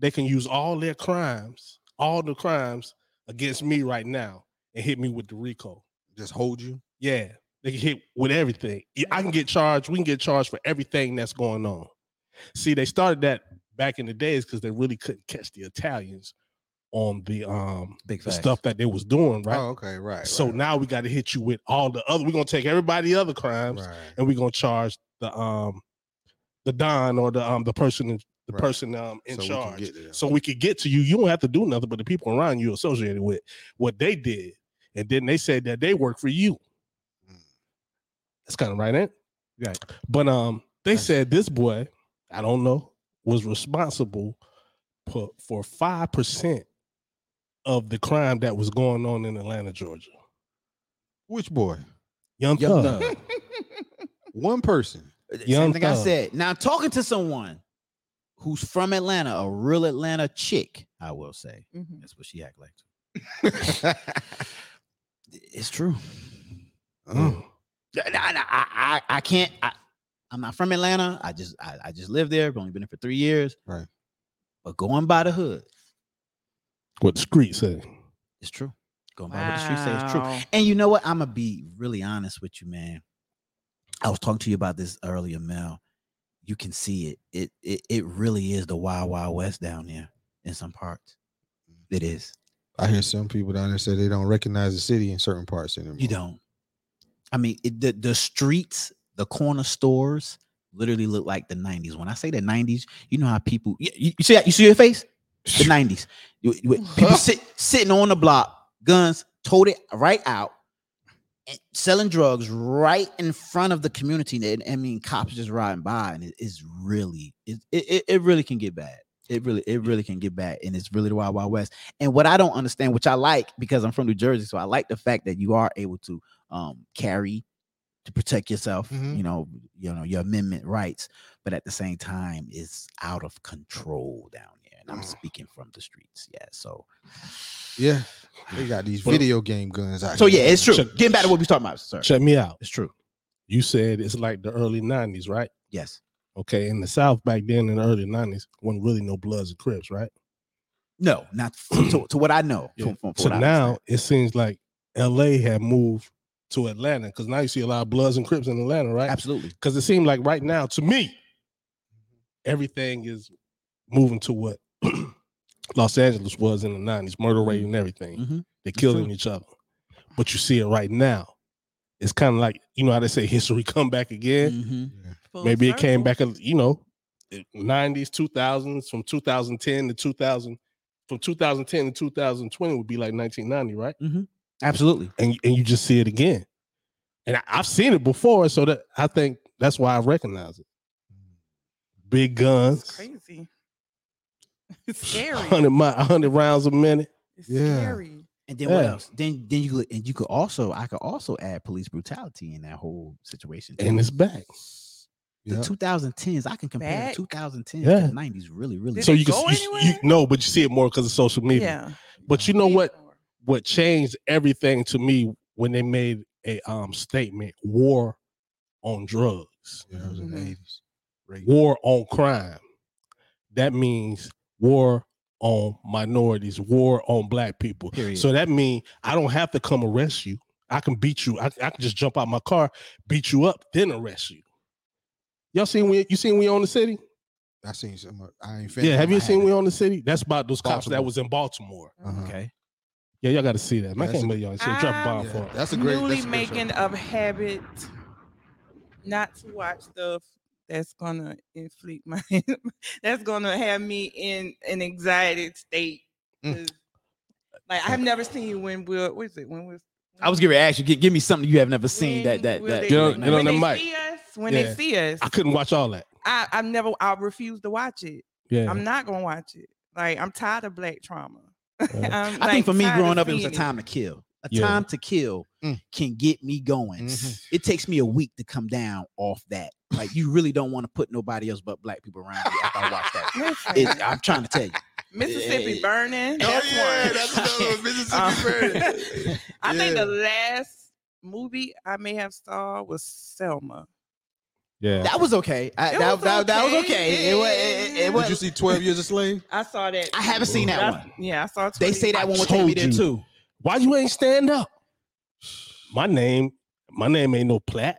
they can use all their crimes, all the crimes against me right now and hit me with the Rico. just hold you. Yeah, they can hit with everything. Yeah, I can get charged. We can get charged for everything that's going on. See, they started that back in the days because they really couldn't catch the Italians on the um Big the facts. stuff that they was doing, right? Oh, okay, right. so right, now we got to hit you with all the other. We're gonna take everybody other crimes, right. and we're gonna charge the um the don or the um the person in- the Right. person um in So we can charge get to them. so we could get to you. You don't have to do nothing, but the people around you associated with what they did, and then they said that they work for you. Mm. That's kind of right, ain't? it? Right. But um, they Right. said this boy, I don't know, was responsible for for five percent of the crime that was going on in Atlanta, Georgia. which boy? Young Young Thug. Thug. One person. Young Uh, Same thing I Thug. said. Now talking to someone who's from Atlanta, a real Atlanta chick, I will say. Mhm. That's what she act like. oh. It's true. Uh-huh. Mm. Yeah, nah, nah, I, I, I can't. I, I'm not from Atlanta. I just I, I just lived there. I've only been there for three years. Right. But going by the hood, What the street said. it's true. Going by what the streets say, it's true. Wow. And you know what? I'm gonna be really honest with you, man. I was talking to you about this earlier, Mel. You can see it. It it, it really is the wild wild west down there in some parts. It is. I hear some people down there say they don't recognize the city in certain parts anymore. You don't. I mean, it, the the streets, the corner stores, literally look like the '90s. When I say the '90s, you know how people you, you you see that- you see your face. The '90s, You- you- people sit sitting on the block, guns toted right out, and selling drugs right in front of the community. And I mean, cops just riding by, and it- it's really it, it it- it really can get bad. It really, it really can get bad, and it's really the wild, wild west. And what I don't understand, which I like because I'm from New Jersey, so I like the fact that you are able to um carry to protect yourself, Mm-hmm. Mhm. you know, you know, your amendment rights, but at the same time it's out of control down here. And I'm Mm. speaking from the streets. Yeah. So Yeah, they got these Well- video game guns out. so yeah, here. it's true. Check- Getting back to what we talking about. Sorry. Check me out. It's true. You said it's like the early '90s, right? Yes. Okay, in the South back then in the early '90s, wasn't really no Bloods and Crips, right? No, not f- to, to what I know. Yeah. from- from- from So what I now understand. it seems like LA had moved to Atlanta because now you see a lot of Bloods and Crips in Atlanta, right? absolutely. Because it seemed like right now to me, Mm-hmm. everything is moving to what Los Angeles was in the 90s murder rate and everything. hmm They're That's killing true. each other. But you see it right now. It's kind of like, you know how they say history come back again? hmm Full Maybe it came circle. back, a- you know, the 90s, 2000s, from 2010 to 2000, from 2010 to 2020 would be like 1990, right? Absolutely. and and you just see it again. And I, I've seen it before, so that I think that's why I recognize it. big guns, Crazy. It's scary. hundred mi- hundred rounds a minute. It's Yeah. scary. And then what Yeah. else? Then then you could and you could also I could also add police brutality in that whole situation. too. And it's back. the Yep. 2010s. I can compare Back. the 2010s Yeah. to the 90s. Really, really. Did so it you can go you, s- you anywhere? know, but you see it more because of social media. Yeah. But you know what? What changed everything to me when they made a um statement: war on drugs, Yeah, it was in the Mhm. 80s. Rape. war on crime. That means war on minorities, war on black people. Period. So that means I don't have to come arrest you. I can beat you. I, I can just jump out my car, beat you up, then arrest you. Y'all seen we you seen we own the city? I seen some. I ain't finished. Yeah, have I you seen haven't. we own the city? That's about those cops that Baltimore. was in Baltimore. Uh-huh. okay. Yeah, y'all got to see that. Man, I That's can't a- believe y'all. Should drop a bomb Yeah, for it. that's a great. newly that's a good show. making of habit not to watch stuff that's gonna inflict my that's gonna have me in an anxiety state. Mm. 'cause, Like I've never seen when Will what is it when we I was gonna ask you. Give, give me something you have never seen. That that that. Get that on- get night. on the when mic. they see us, when Yeah. they see us, I couldn't watch all that. I, I've never I refuse to watch it. Yeah, I'm not gonna watch it. Like I'm tired of black trauma. Yeah. I'm, I like, think for me, tired of growing up, it was a seeing time to kill. A Yeah. time to kill Mm. can get me going. Mhm. Mm-hmm. It takes me a week to come down off that. Like you really don't want to put nobody else but black people around you after I watch that. Listen, It, I'm trying to tell you. Mississippi Yeah. burning. Oh that's yeah, one. that's another one, Mississippi Um, Burning. I think Yeah. the last movie I may have saw was Selma. yeah. That was okay. I, It that, was that, that was okay. okay. It, wa- it, it, it Did was. Did you see Twelve Years a Slave? I saw that. I haven't seen that I- one. Yeah, I saw. it. They say that one would take told me there you. too. Why you ain't stand up? My name, my name ain't no Platt.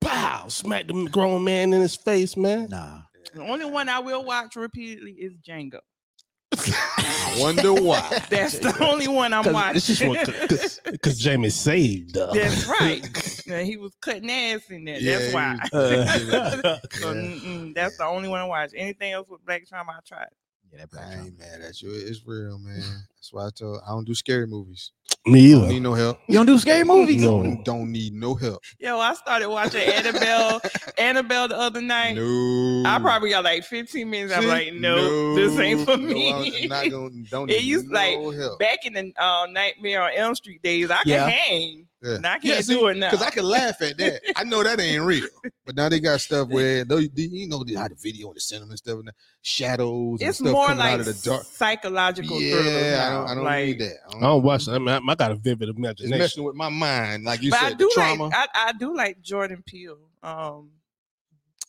Pow! Smack the grown man in his face, man. Nah. The only one I will watch repeatedly is Django. I wonder why. That's the only one I'm watching. This is what, cause, 'cause Jamie saved. uh, Up. That's right. Now, he was cutting ass in there. Yeah, that's he why. Uh, so, mm-mm, that's the only one I watch. Anything else with Black Trauma, I tried. Yeah, that I black trauma. ain't mad at you. It's real, man. That's why I tell. I don't do scary movies. me Don't either. need no help. You don't do scary movies? No. Don't need no help. Yo, I started watching Annabelle, Annabelle the other night. No. I probably got like 15 minutes. I'm See? like, no, this ain't for No, me. I'm not gonna, don't It need used, no like, help. Back in the uh, Nightmare on Elm Street days, I could Yeah. hang. Yeah. Now I can't Yeah, see, do it now. Cause I can laugh at that. I know that ain't real. But now they got stuff where though you- you know how the video and the cinema and stuff and the shadows and it's stuff more coming like out of the dark. psychological thrillers. Yeah, I don't, now, I don't like, need that. I I don't, don't watch. that. I, mean, I, I got a vivid It's imagination. messing with my mind, like you But I said, do the trauma. like I, I do like Jordan Peele. Um,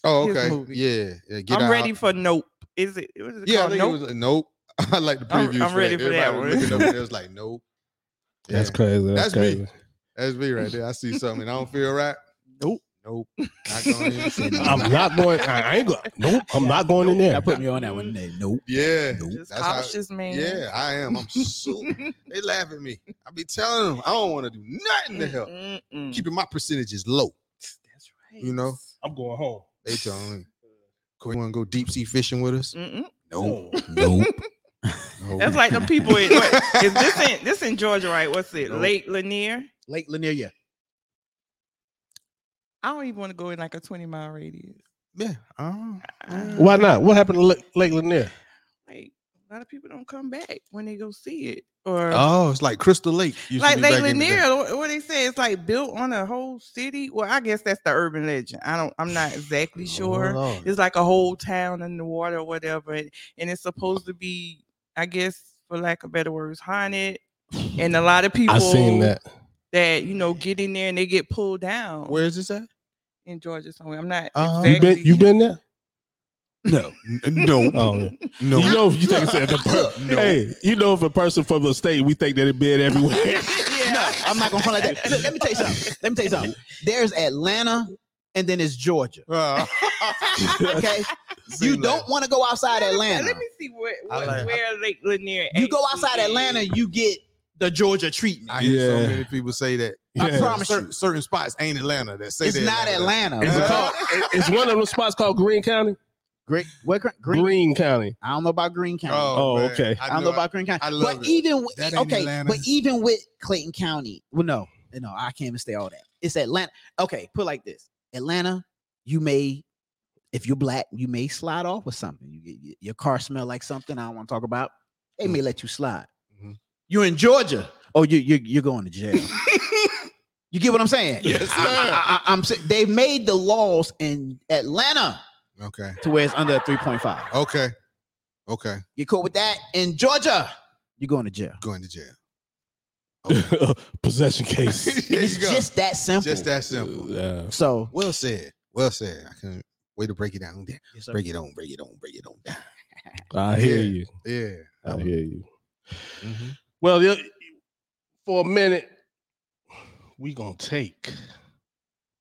oh, his okay, movie. yeah, yeah. Get I'm out. ready for Nope. Is it? What is it Yeah, I think called? Nope. it was a nope. I like the I'm- previews. I'm ready for that Everybody was one. looking up, It was like nope. That's Yeah. crazy. That's, That's me. crazy. That's me right there. I see something. I don't feel right. Nope. Nope. Not going in. Say nope. I'm not going. I I ain't going. Nope. I'm not going in there. That put me on that one. Nope. Yeah. Nope. Just That's how- cautious man. Yeah, I am. I'm so they laugh at me. I be telling them I don't want to do nothing to help. Mm-mm. Keeping my percentages low. That's right. You know? I'm going home. They telling me, "Cool, you want to go deep sea fishing with us?" Mm-mm. No. Nope. no. That's like the people. In, what, is this in this in Georgia? Right? What's it? Nope. Lake Lanier. Lake Lanier, yeah. I don't even want to go in like a 20 mile radius. yeah. Oh, I- Why not? What happened to Lake, Lake Lanier? Like a lot of people don't come back when they go see it, or oh, it's like Crystal Lake. used to like be Lake back in the day. Lanier. What what they say it's like built on a whole city. Well, I guess that's the urban legend. I don't. I'm not exactly sure. Oh, Lord. It's like a whole town in the water or whatever, and, and it's supposed to be, I guess, for lack of better words, haunted. And a lot of people I seen that. that, you know get in there and they get pulled down. Where is this at? in Georgia somewhere? I'm not. Uh-huh. You been? You been there? No. no. Oh, yeah. No. you know, if you think it's at the per- No. hey, you know, if a person from the state, we think that it been everywhere. No, I'm not gonna call it that. Look, let me tell you something. Let me tell you something. There's Atlanta and then it's Georgia. Uh, Okay. You don't want to go outside Atlanta. Let me see where, I where, like- where Lake Lanier. You go actually outside is. Atlanta, you get the Georgia treatment. I hear so Yeah. many people say that. I Yeah. promise certain, you. certain spots ain't Atlanta that say It's that. not Atlanta. Is it bro. called? Is one of those spots called Green County? Great. What Gre- Green? Green, County. I don't know about Green County. Oh, man. okay. I, don't know know- about Green County. I love but it. even with, That ain't okay, Atlanta. but even with Clayton County, well, no, eh, no, I can't even say all that. It's Atlanta. Okay, put it like this: Atlanta, you may if you're black, you may slide off with something. You get y- your car smell like something I don't want to talk about. They Mm-hmm. may let you slide. Mhm. You're in Georgia. Oh, you you you're going to jail. you get what I'm saying? Yes, I, I, I, am They've made the laws in Atlanta Okay. to where it's under 3.5. Okay. Okay. You cool with that? In Georgia, you're going to jail. Going to jail. Possession case. There it's you go. just that simple. Just that simple. Yeah. So Well said. Well said. I can way to break it down. there. Break it on. Break it on. Break it on down. I hear you. Yeah. I hear you. mm-hmm. Mhm. Well, the- for a minute, we gonna take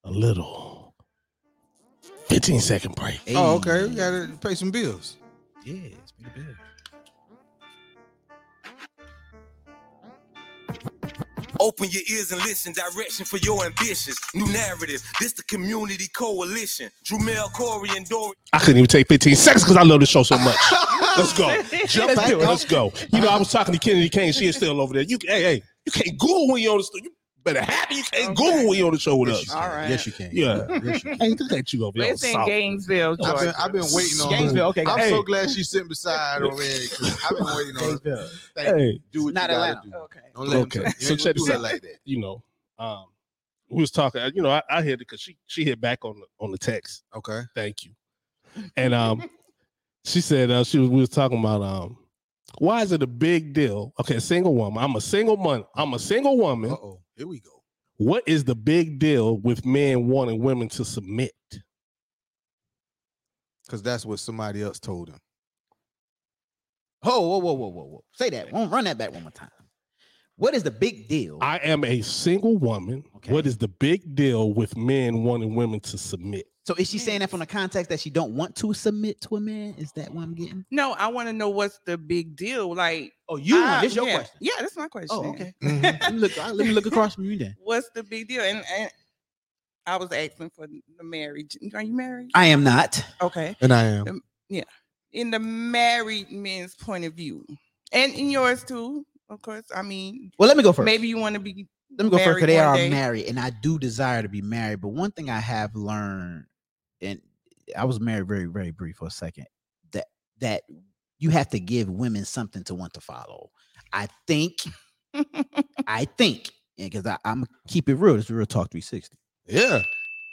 a little 15 second break. Oh, okay. We gotta pay some bills. Yeah, it's pretty big. Open your ears and listen. Direction for your ambitions. New narrative. This the community coalition. Drumel, Corey, and Dory. I couldn't even take 15 seconds because I love the show so much. Let's go. Jump back Let's, do it. up. Let's go. You know, I was talking to Kennedy Kane. She is still over there. You hey, hey, you can't Google when you're on the show. You better happy you can't Google when you're on the show with Yes, us. you can. All right. Yes, you can. Yeah. Yes, you can. Hey, look at you over there. It's in Gainesville, I've been, Georgia. I've been waiting on. Gainesville, okay, I'm hey. so glad she's sitting beside over there. 'cause I've been waiting on. her. Gainesville. Thank you. Hey, Do what Not you gotta Atlanta. do. okay. Don't let Okay. them you So ain't check this gonna do it out. like that. you know, um, we was talking. You know, I, I hit it because she she hit back on the on the text. Okay. Thank you. And um, she said uh, she was we was talking about um, why is it a big deal? Okay, single woman. I'm a single woman. I'm a single woman. Uh oh. Here we go. What is the big deal with men wanting women to submit? Because that's what somebody else told him. Whoa, whoa, whoa, whoa, whoa, whoa. Say that. Won't run that back one more time. What is the big deal? I am a single woman. Okay. What is the big deal with men wanting women to submit? so is she saying that from the context that she don't want to submit to a man? Is that what I'm getting? No, I want to know what's the big deal. Like Oh, you I- want this your yeah. question. Yeah, that's my question. Oh, okay. Mhm. Let me look, I- let me look across from you then. What's the big deal? And, and I was asking for the marriage. Are you married? I am not. Okay. And I am. In the married men's point of view, and in yours too, of course. I mean, Well, let me go first. maybe you want to be. let me go first married because they one are day. married, and I do desire to be married. But one thing I have learned, and I was married very, very brief for a second, that that you have to give women something to want to follow. I think, I think, because I'm keep it real. It's real talk 360. Yeah.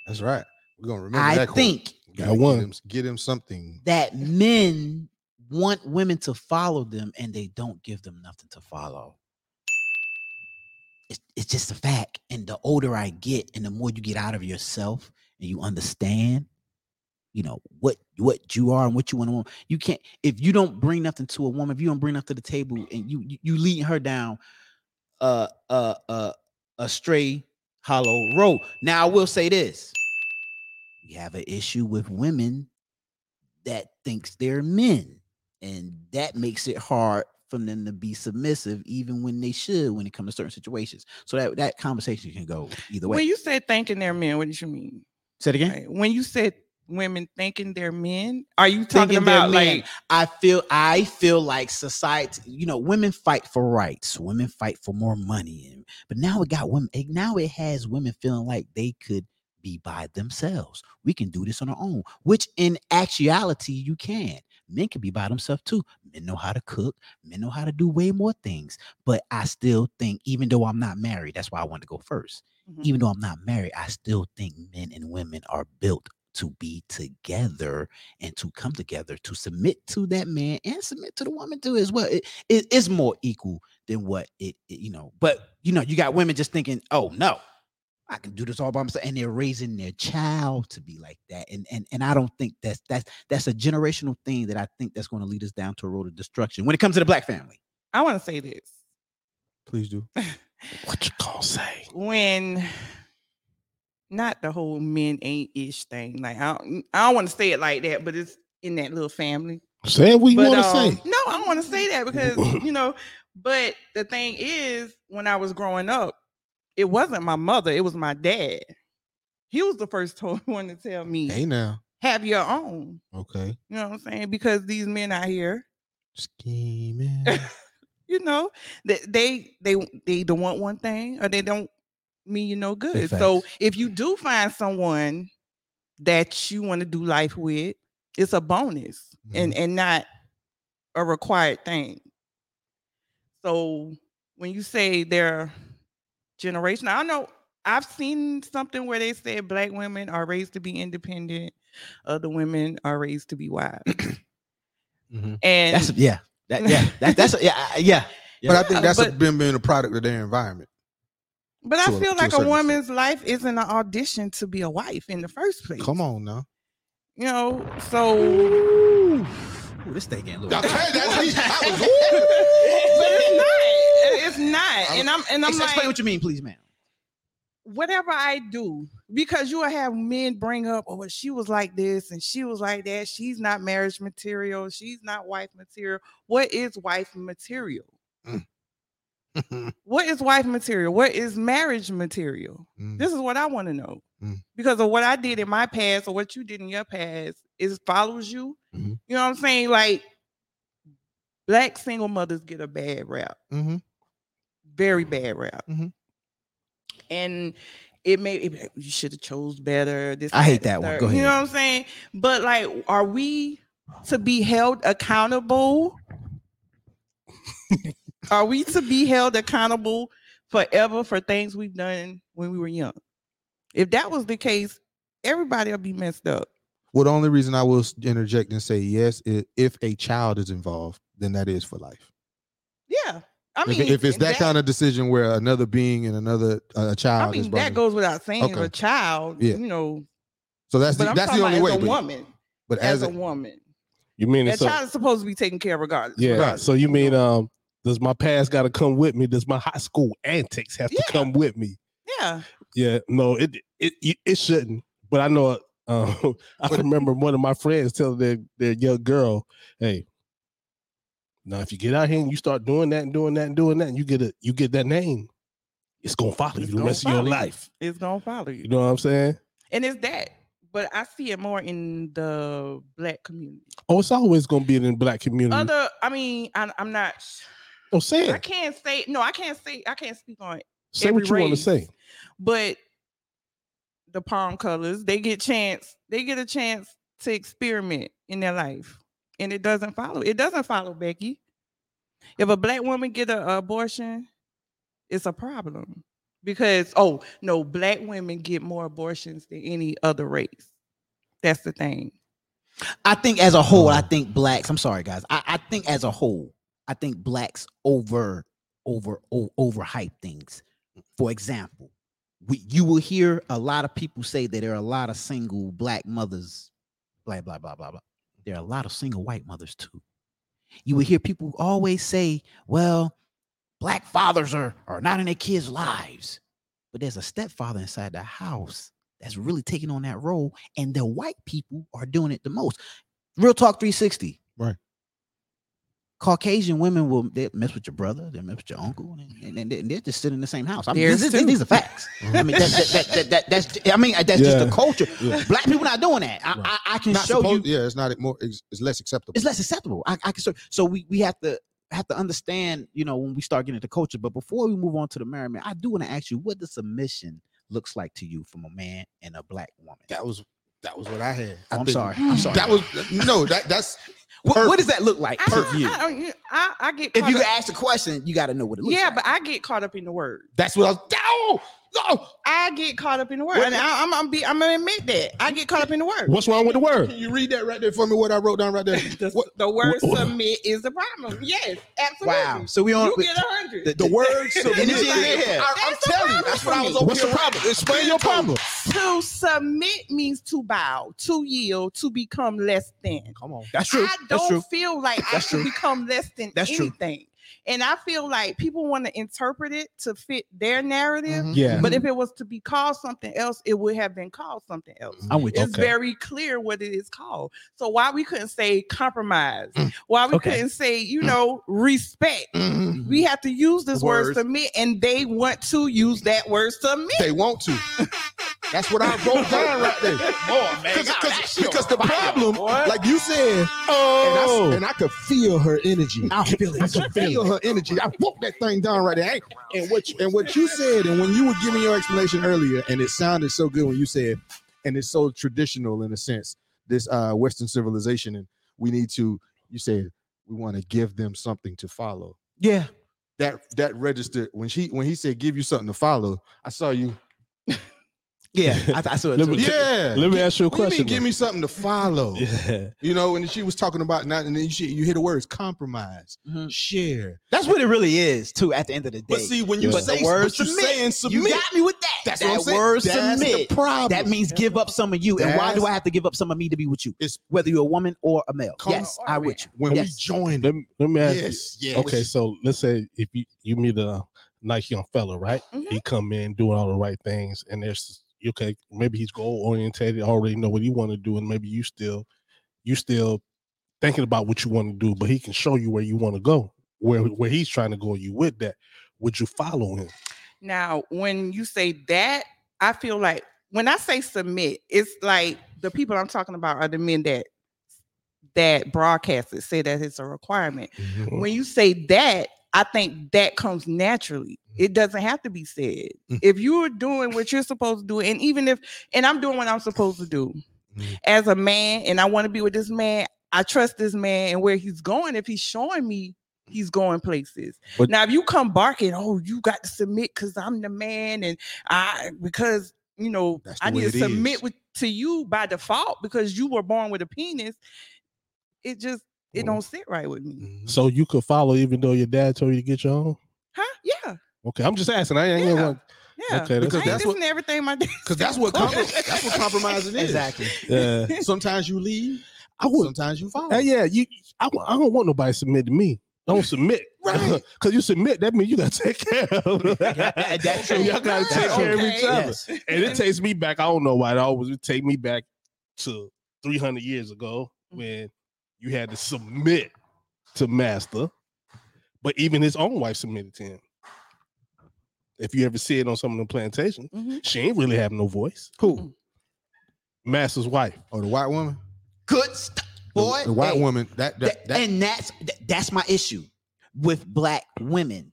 That's right. We're gonna remember I that. quote. think We Got gotta get one. him- Get him something. that men want women to follow them, and they don't give them nothing to follow. it's, it's just a fact. And the older I get, and the more you get out of yourself, and you understand, you know what what you are and what you want to want. You can't if you don't bring nothing to a woman. If you don't bring nothing to the table, and you you, you leading her down a a a a stray hollow road. Now I will say this: we have an issue with women that thinks they're men, and that makes it hard for them to be submissive, even when they should, when it comes to certain situations. So that that conversation can go either way. When you said thinking they're men, what did you mean? Say it Eh. again. Like, when you said women thinking they're men, are you talking Thinking they're about men. like I feel I feel like society, you know, women fight for rights, women fight for more money. And but now it got women, it- now it has women feeling like they could be by themselves. We can do this on our own, which in actuality you can. Men can be by themselves too. Men know how to cook, men know how to do way more things. But I still think, even though I'm not married, that's why I wanted to go first. Mhm. Even though I'm not married, I still think men and women are built to be together and to come together to submit to that man and submit to the woman too as well. It, it- it's more equal than what it, it- you know. But you know, you got women just thinking, "Oh no, I can do this all by myself," and they're raising their child to be like that. And and and I don't think that's that's that's a generational thing that I think that's going to lead us down to a road of destruction when it comes to the black family. I want to say this. Please do. What you gonna say? when not the whole men ain't ish thing. Like I don't, I don't want to say it like that, but it's in that little family. Say what you But, wanna um, say. No, I want to say that because you know. But the thing is, when I was growing up, it wasn't my mother; it was my dad. He was the first to- one to tell me, Hey now. "Have your own." Okay. You know what I'm saying? Because these men out here, Scheming. you know, that they they they don't want one thing or they don't mean you no good. facts. So if you do find someone that you want to do life with, it's a bonus and Mm-hmm. and not a required thing. So when you say their generation, I don't know. I've seen something where they said black women are raised to be independent, other women are raised to be wives. Mhm. And Mm-hmm. That's yeah. That, yeah. That, that's yeah. I- Yeah. But I think that's a- But- been being a product of their environment. But I to a- feel to a like a, certain extent. woman's life isn't an audition to be a wife in the first place. Come on now. You know, so Ooh, this thing getting a I little. was- but it's not. It- It's not. And I'm and I'm Ex- like Explain what you mean, please, ma'am. whatever I do, because you will have men bring up, oh, well, she was like this and she was like that. She's not marriage material. She's not wife material. What is wife material? ooh. What is wife material? What is marriage material? Mm. This is what I want to know. Mm. Because of what I did in my past or what you did in your past, it follows you. Mhm. You know what I'm saying? Like black single mothers get a bad rap, Mhm. very bad rap. Mhm. And it may it be like, you should have chose better. This I hate the that one. third." Go You know ahead. what I'm saying? But like, are we to be held accountable? are we to be held accountable forever for things we've done when we were young? If that was the case, everybody will be messed up. Well, the only reason I will s- interject and say yes is if a child is involved, then that is for life. Yeah. I If- mean, if, it's that, kind of decision where another being and another uh, a I child is mean, brought in. that goes without saying. If Okay. a child, Yeah. you know, so that's but the, I'm that's talking the only about way. as a but- woman, But as, as a a woman, You mean that it's a, child is supposed to be taken care of regardless. yeah. regardless. So you mean um does my past gotta come with me? Does my high school antics have Yeah. to come with me? yeah, Yeah, no, it it it- it shouldn't. But I know um, I remember one of my friends telling their, their young girl, "Hey, now if you get out here and you start doing that and doing that and doing that, and you get a you get that name, it's gonna follow you It's the gonna rest of your follow you. life." it's gonna follow you, You know what I'm saying? and it's that. But I see it more in the black community. Oh, it's always gonna be in the black community. Other, I mean, I, I'm not. oh, say I it. can't say no. I can't say. I can't speak on Say what you every want to race. say. but the palm colors they get chance they get a chance to experiment in their life and it doesn't follow it doesn't follow becky if a black woman get an abortion it's a problem because oh no black women get more abortions than any other race that's the thing I think as a whole, I think blacks. I'm sorry, guys. I, I think as a whole, I think blacks over over o- overhype things. For example, we you will hear a lot of people say that there are a lot of single black mothers, blah blah blah blah blah. There are a lot of single white mothers too. You will hear people always say, "Well, black fathers are are not in their kids' lives," but there's a stepfather inside the house that's really taking on that role, and the white people are doing it the most. Real Talk 360. Right. Caucasian Caucasian women will they mess with your brother, they mess with your uncle, and- and, and, they- and they're just sitting in the same house. I mean, There's this is- these, two. are facts. I mean, that, that, that, that, that- that's I mean that's just the Yeah. culture. Yeah. Black people not doing that. I, Right. I, I can Not show you supposed- yeah, it's not it more. It's, it's less acceptable. it's less acceptable. I, I can so, so we we have to have to understand, you know, when we start getting into culture. But before we move on to the merriment, I do want to ask you what the submission looks like to you from a man and a black woman. that was that was what I had. I I'm think- sorry. I'm sorry. That was no. That that's What, what does that look like? I, Perfect. I, I, don't- I, I get If caught you could up- ask the question, you got to know what it looks yeah like. but i get caught up in the word that's what I was. No, no. i get caught up in the word What- and I, I'm, I'm, be, I'm gonna admit that i get caught up in the word What's wrong with the word? Can you read that right there for me? What I wrote down right there. The, What- the word wha- submit is the problem. Yes, absolutely. Wow. So we on You get a hundred. the, the word submit. energy is in here. I, I'm That's a telling you, problem that's what I for was. me. over What's the here writing. problem? Explain your problem. to submit means to bow, to yield, to become less than. Come on. That's I don't feel like I That's should true. become less than That's true. anything. And I feel like people want to interpret it to fit their narrative. Mm-hmm. Mhm. Yeah. But if it was to be called something else, it would have been called something else. I'm with you. It's very clear what it is called. So why we couldn't say compromise? Why we Mm. Okay. Mm. couldn't say, you know, respect? Mhm. Mm-hmm. We have to use this word Words. submit, and they want to use that word submit. They want to. That's what I wrote down right there. Oh man, because because the problem, like you said, and, I, and I could feel her energy. Oh. I feel it. I could feel her energy. I wrote that thing down right there. And what you, and what you said, and when you were giving your explanation earlier, and it sounded so good when you said, and it's so traditional in a sense. This uh Western civilization, and we need to. You said we want to give them something to follow. Yeah. That that registered when she when he said give you something to follow. I saw you. Yeah. I, I saw it. Let too. me- Yeah. Let me ask you a What do you mean, question. give me something to follow. though? Yeah. You know, and she was talking about not, and then she, you hear the words compromise, Mhm. share. That's what it really is, too, at the end of the day. But see, when you But the say word but you submit, saying submit, you got me with that. that's that what I'm saying. word That's submit. the problem. That means give up some of you. and why do That's- I have to give up some of me to be with you? It's- whether you're a woman or a male. Come yes, on, I with you. when we Yes. joined Let me, let me ask Yes, you. yes. Okay, so let's say if you, you meet a nice young fella, right? Mm-hmm. Mhm. He come in doing all the right things, and there's okay, maybe he's goal orientated, already know what he want to do, and maybe you still you still thinking about what you want to do, but he can show you where you want to go, where where he's trying to go. You with that? Would you follow him? Now, when you say that, I feel like when I say submit, it's like the people I'm talking about are the men that that broadcast it, say that it's a requirement. Mm-hmm. When you say that, I think that comes naturally. Mm-hmm. It doesn't have to be said. Mm. If you're doing what you're supposed to do, and even if and I'm doing what I'm supposed to do Mm. as a man, and I want to be with this man, I trust this man and where he's going. If he's showing me he's going places. But- now, if you come barking, oh, you got to submit because I'm the man, and I because you know That's the I way need to it submit is. with to you by default because you were born with a penis. It just it Mm. don't sit right with me. Mhm. So you could follow even though your dad told you to get your own. Huh? Yeah. Okay, I'm just asking. I ain't Yeah. gonna. Yeah. Okay, that's I Because that's ain't listening what- to everything my dad Because that's what compro- that's what compromising is. Exactly. Yeah. Sometimes you leave. I would. Sometimes you follow. Hey, yeah, you. I, w- I don't want nobody to submit to me. Don't submit, Right. Because you submit, that means you gotta take care of. that- that's So true. y'all gotta take care of each Okay. other, Yes. and it takes me back. I don't know why it always would take me back to 300 years ago Mm-hmm. when you had to submit to master, but even his own wife submitted to him. If you ever see it on some of the plantations, Mhm. she ain't really have no voice. Who? Master's wife. Oh, the white woman. Good stuff, The- boy. the, white Hey, woman. That that, that- that and that's that- that's my issue with black women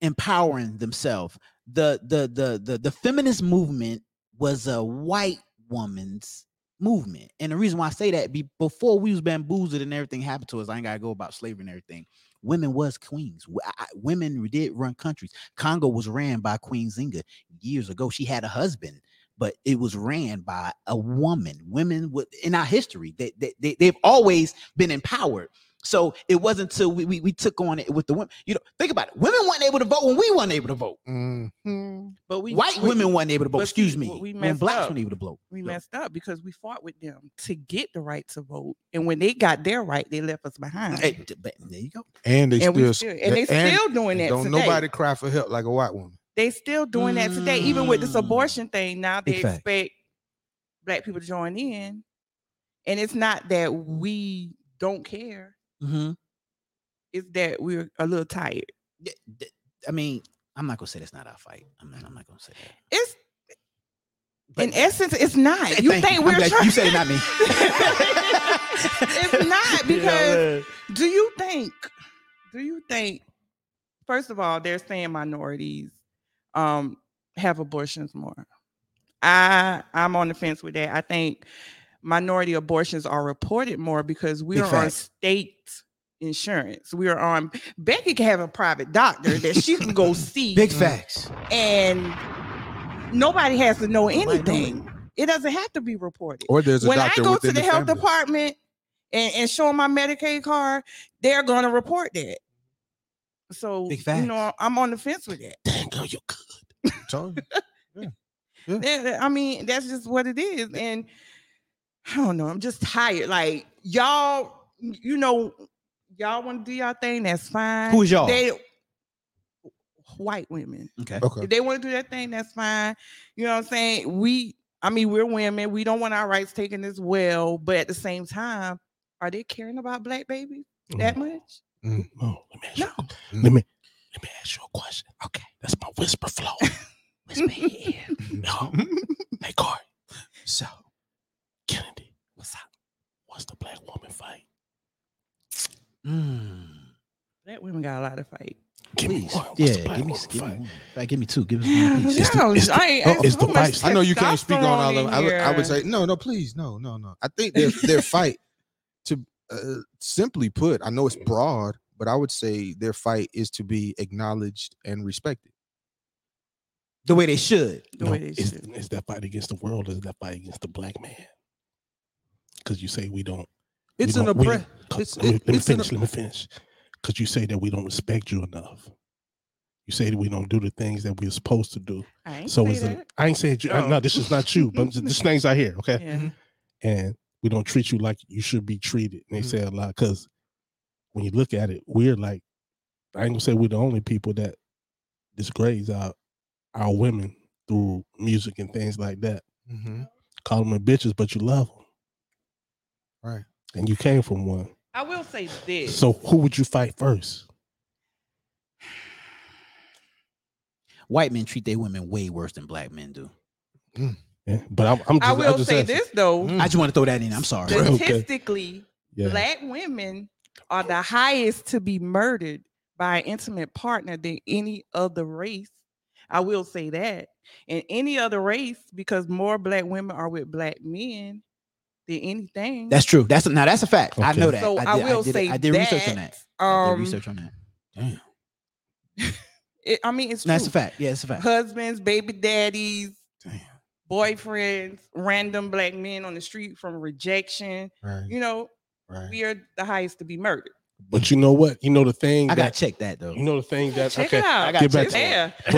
empowering themselves. The the the the the feminist movement was a white woman's movement, and the reason why I say that be before we was bamboozled and everything happened to us. I ain't gotta go about slavery and everything. Women was queens. W- I- I- women did run countries. Congo was ran by Queen Zinga years ago. She had a husband but it was ran by a woman. Women would in our history, they, they, they they've always been empowered. So it wasn't till we, we we took on it with the women. You know, think about it. Women weren't able to vote when we weren't able to vote. Mm. But we White we- women weren't able to vote. but Excuse see, me. what we when messed blacks up- weren't able to vote. we No. messed up because we fought with them to get the right to vote, and when they got their right, they left us behind. Hey, d- but there you go. and they still, and we still, and they still doing that don't today. nobody cry for help like a white woman. they still doing that today, even with this Mm. abortion thing. Now they Big fact. expect black people to join in, and it's not that we don't care; Mm-hmm. it's that we're a little tired. I mean, I'm not gonna say that's not our fight. I'm not. I'm not gonna say that. It's But- in essence, it's not. Th- You thank think I'm we're glad trying? You said it, not me. it's not because do you think do you think first of all they're saying minorities um have abortions more i i'm on the fence with that i think minority abortions are reported more because we Big are on facts. state insurance we are on becky can have a private doctor that she can go mm. see Big facts. and nobody has to know Nobody know it. anything it doesn't have to be reported Or there's a when I doctor go to within the, health family. department and, and show 'em my Medicaid card, they're gonna report that. So Big you know, facts. I'm on the fence with that. Dang, girl, you're good. Told you. That- that- I mean, that's just what it is. And I don't know, I'm just tired. Like y'all, you know, y'all want to do y'all thing, that's fine. Who is y'all? They white women. Okay. Okay. If they want to do that thing, that's fine. You know what I'm saying? We, I mean, we're women. We don't want our rights taken as well. But at the same time, are they caring about black babies Mm-hmm. that much? Oh, let me ask No. you. Let me let me ask you a question. Okay, that's my whisper flow. whisper here. No. hey, Corey. So, Kennedy, what's up? What's the black woman fight? Mm. Black women got a lot of fight. Give me Please. one. What's Yeah, the black give me, one? give me Five. one. Fact, give me two. Give us Yeah, one piece. It's the- no, it's the- I, oh, it's the vice. I know you can't speak on all of them. I, would- I would say no, no, please, no, no, no. I think their their fight to uh, simply put, I know it's broad, but I would say their fight is to be acknowledged and respected. The way they should. The No, way they it's, should. it's that fight against the world. Is that fight against the black man? Because you say we don't. we It's an don't- we- oppress. c- it's- let, me- it- let me it's an finish. op- let me finish. Because you say that we don't respect you enough. You say that we don't do the things that we're supposed to do. I ain't So say it's an, that. I ain't saying you. Oh. No, this is not you. But just things I hear. Okay. Yeah. Mm-hmm. and we don't treat you like you should be treated. And they Mhm. say a lot because when you look at it, we're like, I ain't gonna say we're the only people that disgrace our our women through music and things like that. Mm-hmm, Call them bitches, but you love them, Right. and you came from one. I will say this. So who would you fight first? White men treat their women way worse than black men do. Yeah, but I'm, I'm just, I I'm will just say asking. this though. I just want to throw that in. I'm sorry. Okay. Statistically, Yeah. black women are the highest to be murdered by an intimate partner than any other race. I will say that. And any other race, because more black women are with black men than anything. That's true. That's now that's a fact. I Okay. know that. so I, did- will did, say I did research on that. I did Um, research on that. it- I mean, it's No, that's a true. fact. Yeah, it's a fact. Husbands, baby daddies, Damn. boyfriends, random black men on the street from rejection. Right. You know, Right. we are the highest to be murdered. But you know what? You know the thing I gotta that check that though. you know the thing that Check okay. it out. I gotta get back to yeah.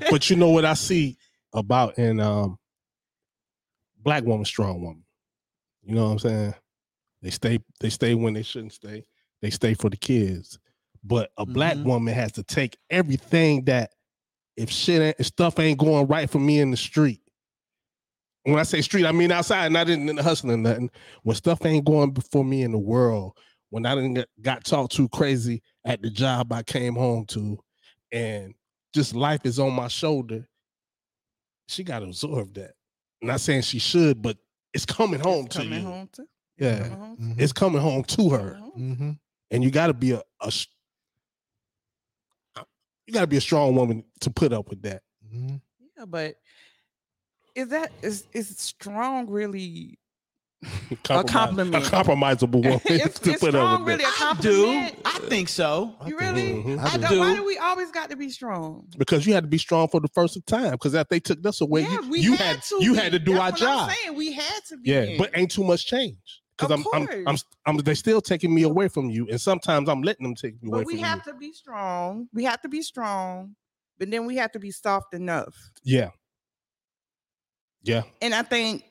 but but you know what I see about in um black woman, strong woman. You know what I'm saying? They stay they stay when they shouldn't stay. They stay for the kids. But a black Mhm. woman has to take everything that if shit ain't, if stuff ain't going right for me in the street. When I say street, I mean outside, not in, in the hustling or nothing. When stuff ain't going for me in the world, when I didn't got talked to crazy at the job I came home to, and just life is on my shoulder. She got to absorb that. not saying she should, but it's coming home It's to coming you. home Mm-hmm. to Yeah, coming home to- Mhm. it's coming home to her, coming home. Mhm. and you got to be a, a s- you got to be a strong woman to put up with that. Mhm. Yeah, but is that is is strong really? Compromise- compliment. a compromisable woman it's to it's put up strong with really a that. Do compliment? I think so? I You think- really? Mhm. I I don't. do. Why do we always got to be strong? Because you had to be strong for the first time. Because after they took us away, yeah, you, we you had, to. you be. had to do That's our what job. I'm saying we had to be. Yeah, in. but ain't too much change because Of I'm, I'm I'm course. s- I'm they still taking me away from you, and sometimes I'm letting them take me away but we from have to be strong. We have to be strong, but then we have to be soft enough. you. Yeah, yeah. And I think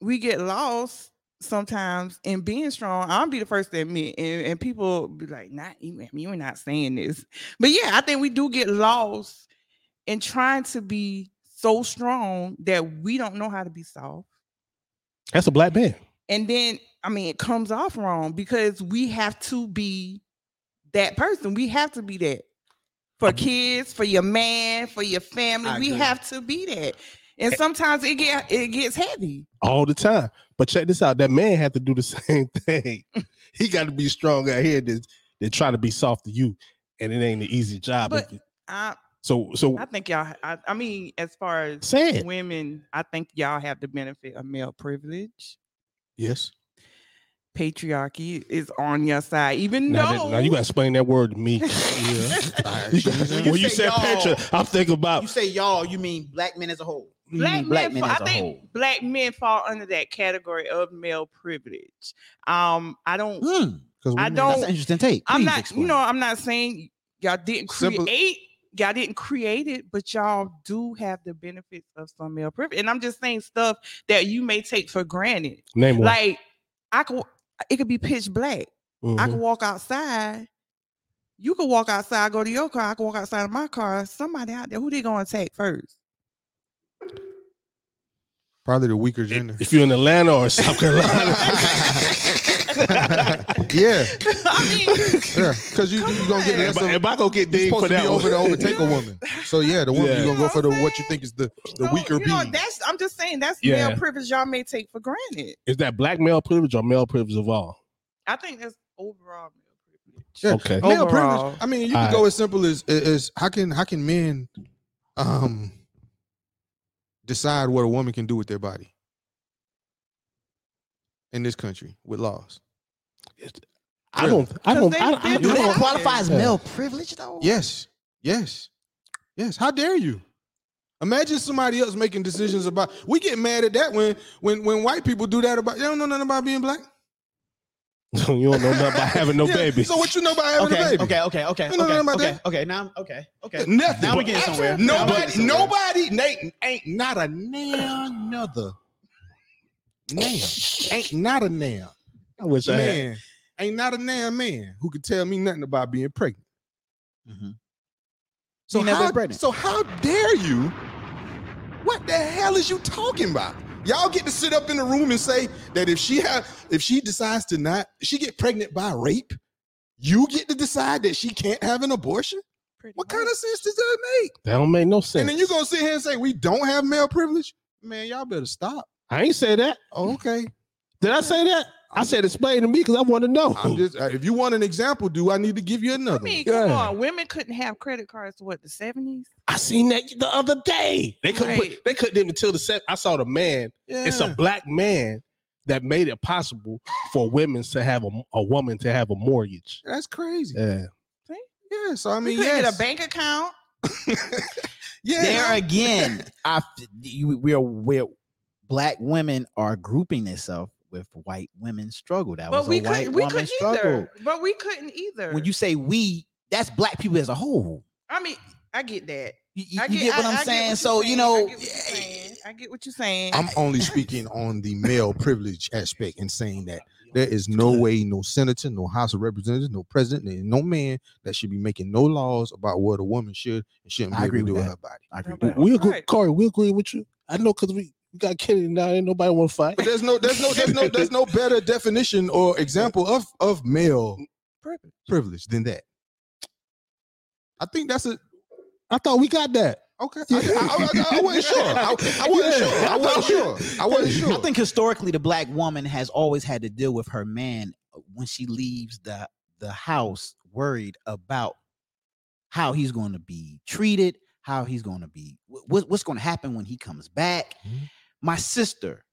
we get lost sometimes in being strong. I'll be the first to admit, and, and people be like, "Not you, I mean, you're not saying this." But yeah, I think we do get lost in trying to be so strong that we don't know how to be soft. That's a black man. And then, I mean, it comes off wrong because we have to be that person. We have to be that for kids, for your man, for your family. I we agree. have to be that. And sometimes it get it gets heavy. all the time. But check this out: that man had to do the same thing. he got to be strong out here than than try to be soft to you, and it ain't an easy job. But- It- I so so I think y'all. I, I mean, as far as say it. women, I think y'all have the benefit of male privilege. Yes. Patriarchy is on your side, even Now, though that- now you gotta explain that word to me. Alright, You got- Jesus. When when you you, say said y'all- picture, I'm thinking about You say y'all, you mean black men as a whole. black men, black men fa- as a I think whole. black men fall under that category of male privilege. Um, I don't. Hmm. 'Cause I That's women- don't. an interesting take. I'm Please not. explain. You know, I'm not saying y'all didn't create. Simple- Y'all didn't create it, but y'all do have the benefits of some male privilege. And I'm just saying stuff that you may take for granted. name one. Like I could, it could be pitch black. I Mm-hmm. Mhm. could walk outside. You could walk outside, go to your car. I could walk outside of my car. Somebody out there, who they gonna take first? Probably the weaker gender. If you're in Atlanta or South Carolina, yeah. I mean, Yeah. Because you Come you gonna get on. if less of I, if I go get You're dinged supposed for to that be one, over to overtake a woman. So yeah, the woman Yeah. you're gonna go for the You know what you think is the the so, weaker you know, being. that's I'm just saying that's Yeah. male privilege y'all may take for granted. is that black male privilege or male privilege of all? I think that's overall male privilege. Yeah. Okay. Male privilege- Overall. I mean, you All can right. go as simple as as how can how can men um decide what a woman can do with their body in this country with laws? I don't. I don't. I, I, Because Do they- I that don't. qualify as Yeah. male privilege though? Yes, yes, yes. How dare you? Imagine somebody else making decisions about. We get mad at that when when when white people do that about. They don't know nothing about being black. you don't know nothing about having no Yeah, baby. So what you know about having Okay, a baby? okay, okay, okay, You know okay, nothing about okay, that? okay. Now, I'm- okay, okay. Nothing. Now we getting somewhere. Now we Nobody, getting somewhere. nobody, Nate, ain't not a nail, another nail, ain't not a nail, I wish I had. man, ain't not a nail man who could tell me nothing about being pregnant. So Mm-hmm. You never how, been pregnant. so how dare you? What the hell is you talking about? Y'all get to sit up in the room and say that if she have, if she decides to not, she get pregnant by rape, you get to decide that she can't have an abortion. What kind of sense does that make? That don't make no sense. And then you gonna sit here and say we don't have male privilege? Man, y'all better stop. I ain't say that. Oh, okay. Did I say that? I said explain to me because I want to know. I'm just uh, if you want an example, do I need to give you I another? mean, Yeah. come on. Women couldn't have credit cards. to What the seventies? I seen that the other day. They couldn't. Right. Put, they couldn't even tell the set. I saw the man. yeah. It's a black man that made it possible for women to have a, a woman to have a mortgage. that's crazy. Yeah. Yeah. so I We mean, couldn't yes. get a bank account. yeah, There again, I you- we're we're black women are grouping themselves with white women's struggle. That But was we a white couldn't. We woman's couldn't struggle. either. But we couldn't either. When you say we, that's black people as a whole. I mean, I get that. You, you- I you get what I- I I'm get saying? you're so you saying. know, eh, I get what you're saying. I get what you're saying. I'm only speaking on the male privilege aspect and saying eh, that there is no way, no senator, no House of Representatives, no president, and no man that should be making no laws about what a woman should and shouldn't be I agree able to do with with that. her body. I agree. Nobody- We agree, Right. Corey. We agree with you. I know because we, we got Kennedy now. Ain't nobody want to fight. But there's no, there's no, there's no, there's no better definition or example of of male Privilege. Mm, privilege than that. I think that's a I thought we got that. okay. I, I, I, I wasn't sure. I, I wasn't Yeah. sure. I wasn't sure. I wasn't sure. I think historically the black woman has always had to deal with her man when she leaves the the house worried about how he's going to be treated, how he's going to be what, what's going to happen when he comes back. Mhm. My sister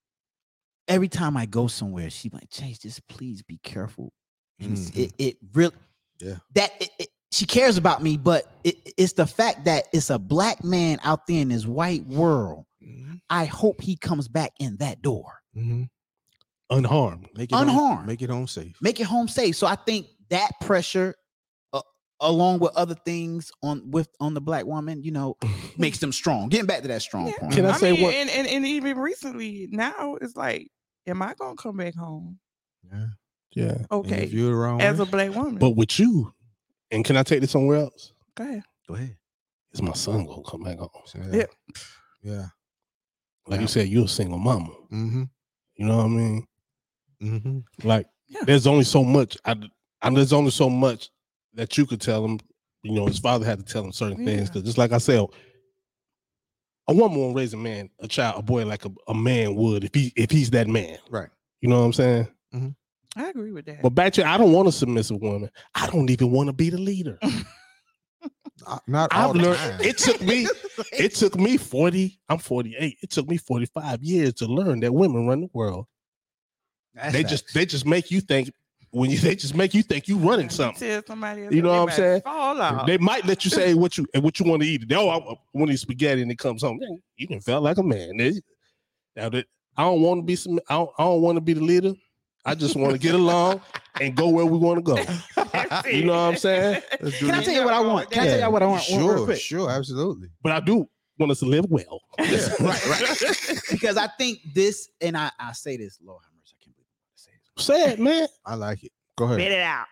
every time I go somewhere she like, "Chase, just please be careful." And it's- Mhm. It it really Yeah. That it, it- she cares about me, but it, it's the fact that it's a black man out there in this white world Mm-hmm. I hope he comes back in that door, Mhm. Unharmed. Make it home- Unharmed. make it home safe. make it home safe. So I think that pressure, uh, along with other things on with on the black woman, you know, makes them strong. Getting back to that strong Yeah. point. Can I I say mean, what- and, and and even recently now it's like, am I gonna come back home? Yeah. Yeah. And If Okay, you're the wrong as a way- black woman. But with you, and can I take this somewhere else? Go ahead. Go ahead. Is my son gonna come back home? yeah. Yeah. Like you said, you're a single mama. Mm-hmm. You know what I mean? Mm-hmm. Like Yeah. there's only so much. I, I there's only so much that you could tell him. You know, his father had to tell him certain things Yeah. because just like I said, a woman won't raise a man, a child, a boy like a, a man would if he if he's that man. Right. You know what I'm saying? I agree with that. But back to I don't want a submissive woman. I don't even want to be the leader. Not, not all I've the learned time. it took me it took me 40, I'm 48. It took me 45 years to learn that women run the world. they just they just make you think when you they just make you think you running something. Tell somebody else You know they what I'm might saying? Fall out. They might let you say what you and what you want to eat. They oh, I want to eat spaghetti and it comes home. Dang, You didn't felt like a man. They- Now that I don't want to be some I don't, I don't want to be the leader. I just want to get along and go where we want to go. That's you know what I'm saying? it. Let's do Can I this. tell you what I want? Can I tell Yeah. you what I want? one real Sure, quick? sure, absolutely. But I do want us to live well. Yeah, right, right. Because I think this, and I, I say this, Lord have mercy, I can't believe I'm gonna say this. Say it, man. I like it. Go ahead. Spit it out.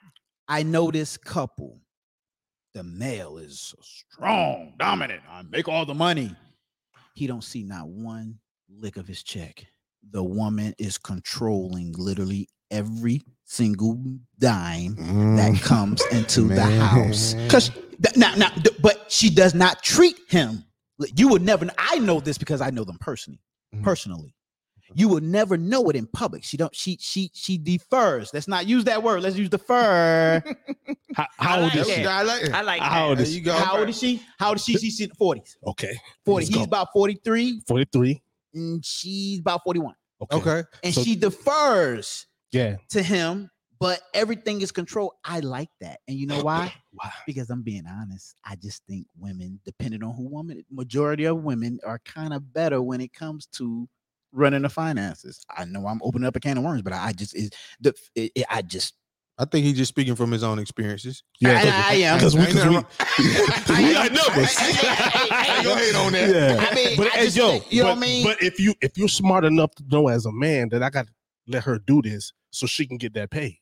I know this couple. The male is strong, dominant. I make all the money. He don't see not one lick of his check. The woman is controlling literally every single dime Mm, that comes into the house. Cause th- now, now, th- but she does not treat him. Like, You would never. kn- I know this because I know them personally. Mhm. Personally, You will never know it in public. She don't. She she she defers. Let's not use that word. Let's use defer. How, how old is like she? that. I like it. I like How old that. There is you go. How old is she? How old is she? She's in forties. Okay, Forty. Let's He's go. about forty-three, forty-three. and she's about forty-one. Okay. Okay. And So- she defers yeah. to him, but everything is controlled. I like that, and you know why? Wow. because I'm being honest, I just think women, depending on who woman, majority of women are kind of better when it comes to running the finances. I know I'm opening up a can of worms, but I just is the it, it- I just I think he's just speaking from his own experiences. Yeah, I, I am. because we, Ain't cause we, nothing cause we got numbers. Ain't no hate on that. Yeah. I mean, But I as just yo, think- you know but, what I mean? But if you if you're smart enough to know as a man that I got to let her do this so she can get that pay,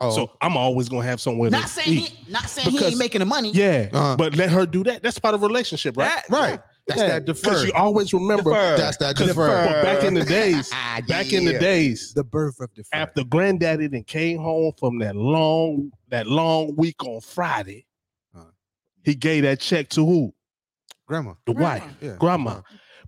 Oh, so I'm always gonna have somewhere not to saying eat. he, not saying he Because- ain't making the money. Yeah, Uh-huh. but let her do that. That's part of relationship, right? That- right. That's that Because defer. you always remember That's that Because but defer. back in the days, Ah, back in the yeah. days, The birth of defer. after granddaddy then came home from that long that long week on Friday, Uh. he gave that check to who? grandma. The Grandma. wife, Yeah. Uh-huh. grandma.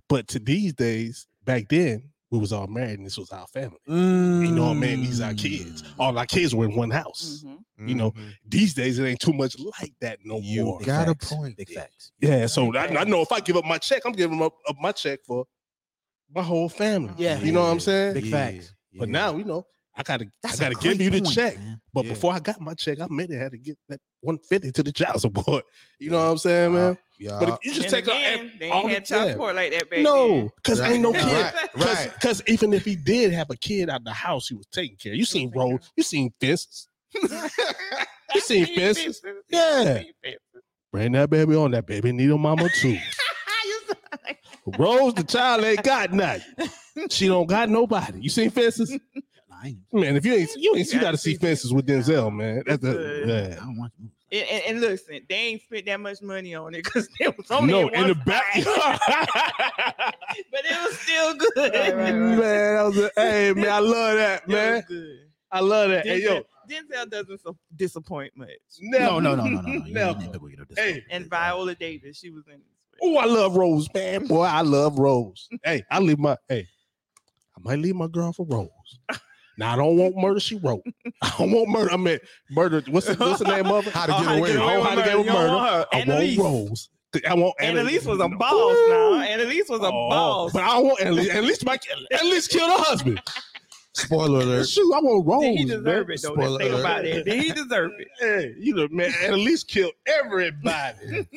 But to these days, back then, we was all married and this was our family. You know what I mean? These our kids. Mm. All our kids were in one house. Mhm. You know, Mhm. Mm-hmm. These days it ain't too much like that no more. Big got a facts, point. Big facts. Yeah, so I, I know if I give up my check, I'm giving up, up my check for my whole family. Yeah. you know what I'm saying. Big facts. But yeah. now you know I gotta That's I a gotta give great you the point, check. man. But Yeah. before I got my check, I made it had to get that 150 to the child support. You know what I'm saying, man? Yeah. But if you just And take again, out they all ain't had the- child yeah. support like that back no, because Right. ain't no then. kid. Right. Cause, Right. 'cause even if he did have a kid out the house, he was taking care. You seen taking road, care. you seen fences. I You seen see fences. fences. Yeah. I see fences. Bring that baby on. That baby need a mama too. You sound like- Rose, the child ain't got nothing. She don't got nobody. You seen fences, Nah, I, ain't, man? If you ain't, you ain't, you Yeah, I gotta see seen fences with Fences. Denzel, man. That's the, Good. I yeah. don't want to. And, and, and listen, they ain't spent that much money on it because there was only No, one in the side, back. but it was still good. Man, that was a, hey man, I love that, It was man. good. I love that. Denzel, Hey yo, Denzel doesn't so- disappoint much. never, No, no, no, no, no, no. You Never. ain't never gonna do this. Hey. And Viola Davis, she was in this. Oh, I love Rose, man. Boy, I love Rose. hey, I leave my hey, I might leave my girl for Rose. Now I don't want murder. She wrote. I don't want murder. I mean, murder. What's the, what's the name of it? How to Oh, get away with I don't murder. want how to get away with murder. I Annalise. want Rose. I want Annalise was a boss Woo! now. Annalise was a Oh, boss. But I don't want Annalise. Annalise, my Annalise killed her husband. Spoiler alert. Shoot, I want Rose. Did he man. deserve it though? Spoiler Let's think alert. about it. Did he deserve it? Hey, you know, man, Annalise killed everybody.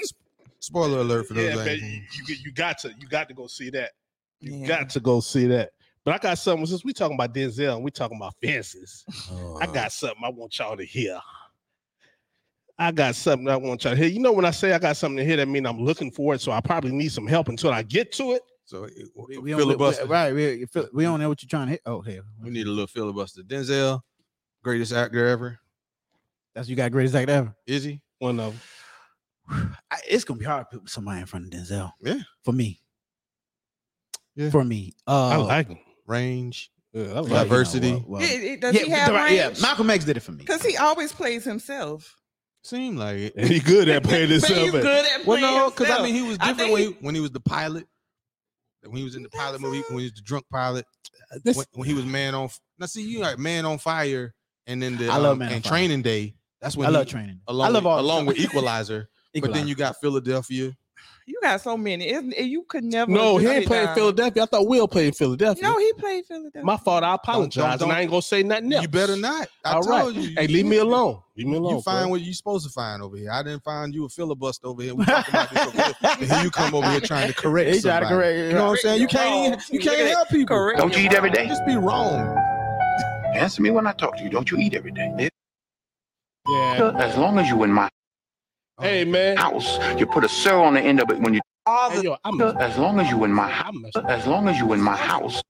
Spoiler alert for those. yeah, that man, ain't- you, you you got to you got to go see that. You Yeah. got to go see that. But I got something since we talking about Denzel and we talking about fences. Oh. I got something I want y'all to hear. I got something I want y'all to hear. You know when I say I got something to hear, that mean I'm looking for it. So I probably need some help until I get to it. So it- We, we don't, we, filibuster. right, we, you feel- we don't know what you're trying to hit. Oh, hell. We need a little filibuster. Denzel, greatest actor ever. That's you got greatest act ever. Is he? One of them. I, it's gonna be hard to put somebody in front of Denzel. Yeah. For me. Yeah. For me. Uh, Oh. I like him. Range. Yeah, I well, like you him. know, uh, Diversity. well, well. It- it- does yeah, he have the- yeah, range? Malcolm X did it for me. Because he always plays himself. Seem like it. And he good at playing Man, himself. you man. good at Well, playing no, because I yourself. mean, he was I different think when he, when he was the pilot. When he was in the pilot movie, when he was the drunk pilot, uh, This- when, when he was man on. Now see, you like man on fire, and then the I love um, Man on and Fire. Training Day. That's when I he- love training. Oh. Along I love with, all along with Equalizer, but then you got Philadelphia. You got so many. Isn't it? You could never. No, he just ain't sit playing down. Philadelphia. I thought Will played in Philadelphia. No, he played Philadelphia. My fault. I apologize, don't- and I ain't gonna say nothing else. You better not. I All told right. you. Hey, leave me alone. Leave me alone. You find bro. what you supposed to find over here. I didn't find you a filibuster over here. We talking about this over here. And here you come over here trying to correct He tried somebody. to correct. You know what I'm saying? You can't even, you can't help people. Correct. Don't you eat every day? Just be wrong. Answer me when I talk to you. Don't you eat every day? Yeah. As long as you in my Oh, Hey man. house, you put a sir on the end of it when you. All Hey, the yo, I messed, as long as you in my house, I, messed, as long as you in my house,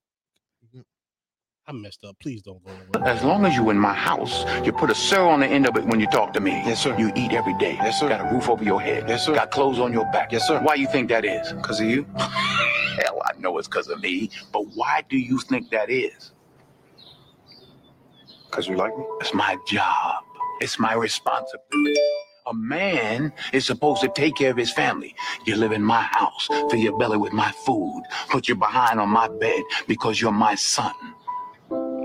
I messed up. Please don't go away. as long as you in my house, you put a sir on the end of it when you talk to me. Yes, sir. You eat every day. Yes, sir. Got a roof over your head. Yes, sir. Got clothes on your back. Yes, sir. Why you think that is? Because of you? Hell, I know it's because of me. But why do you think that is? Because you like me? It's my job. It's my responsibility. A a man is supposed to take care of his family. You live in my house, fill your belly with my food, put you behind on my bed because you're my son.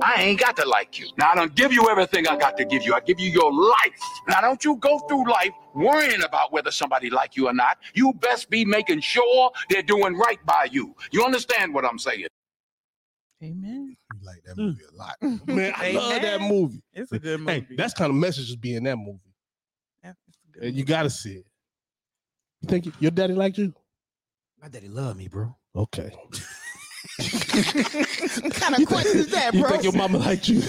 I ain't got to like you. Now I don't give you everything I got to give you. I give you your life. Now don't you go through life worrying about whether somebody like you or not. You best be making sure they're doing right by you. You understand what I'm saying? Amen. You like Mm. that movie a lot. Man, I love that Amen. movie. It's a good movie. Hey, that's kind of messages be in that movie. Yeah, it's a good And you gotta see it. You think y- your daddy liked you? My daddy love me, bro. Okay. what kind You of think- question is that, You bro? think your mama liked you?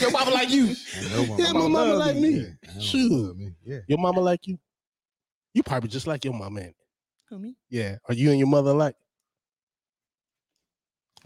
Your mama like you. And no one- Yeah, my mama love like me. Yeah, and no one Shoot. love me. Yeah. Your mama like you? You probably just like your mama. ain't it? Who, me? Yeah. Are you and your mother alike?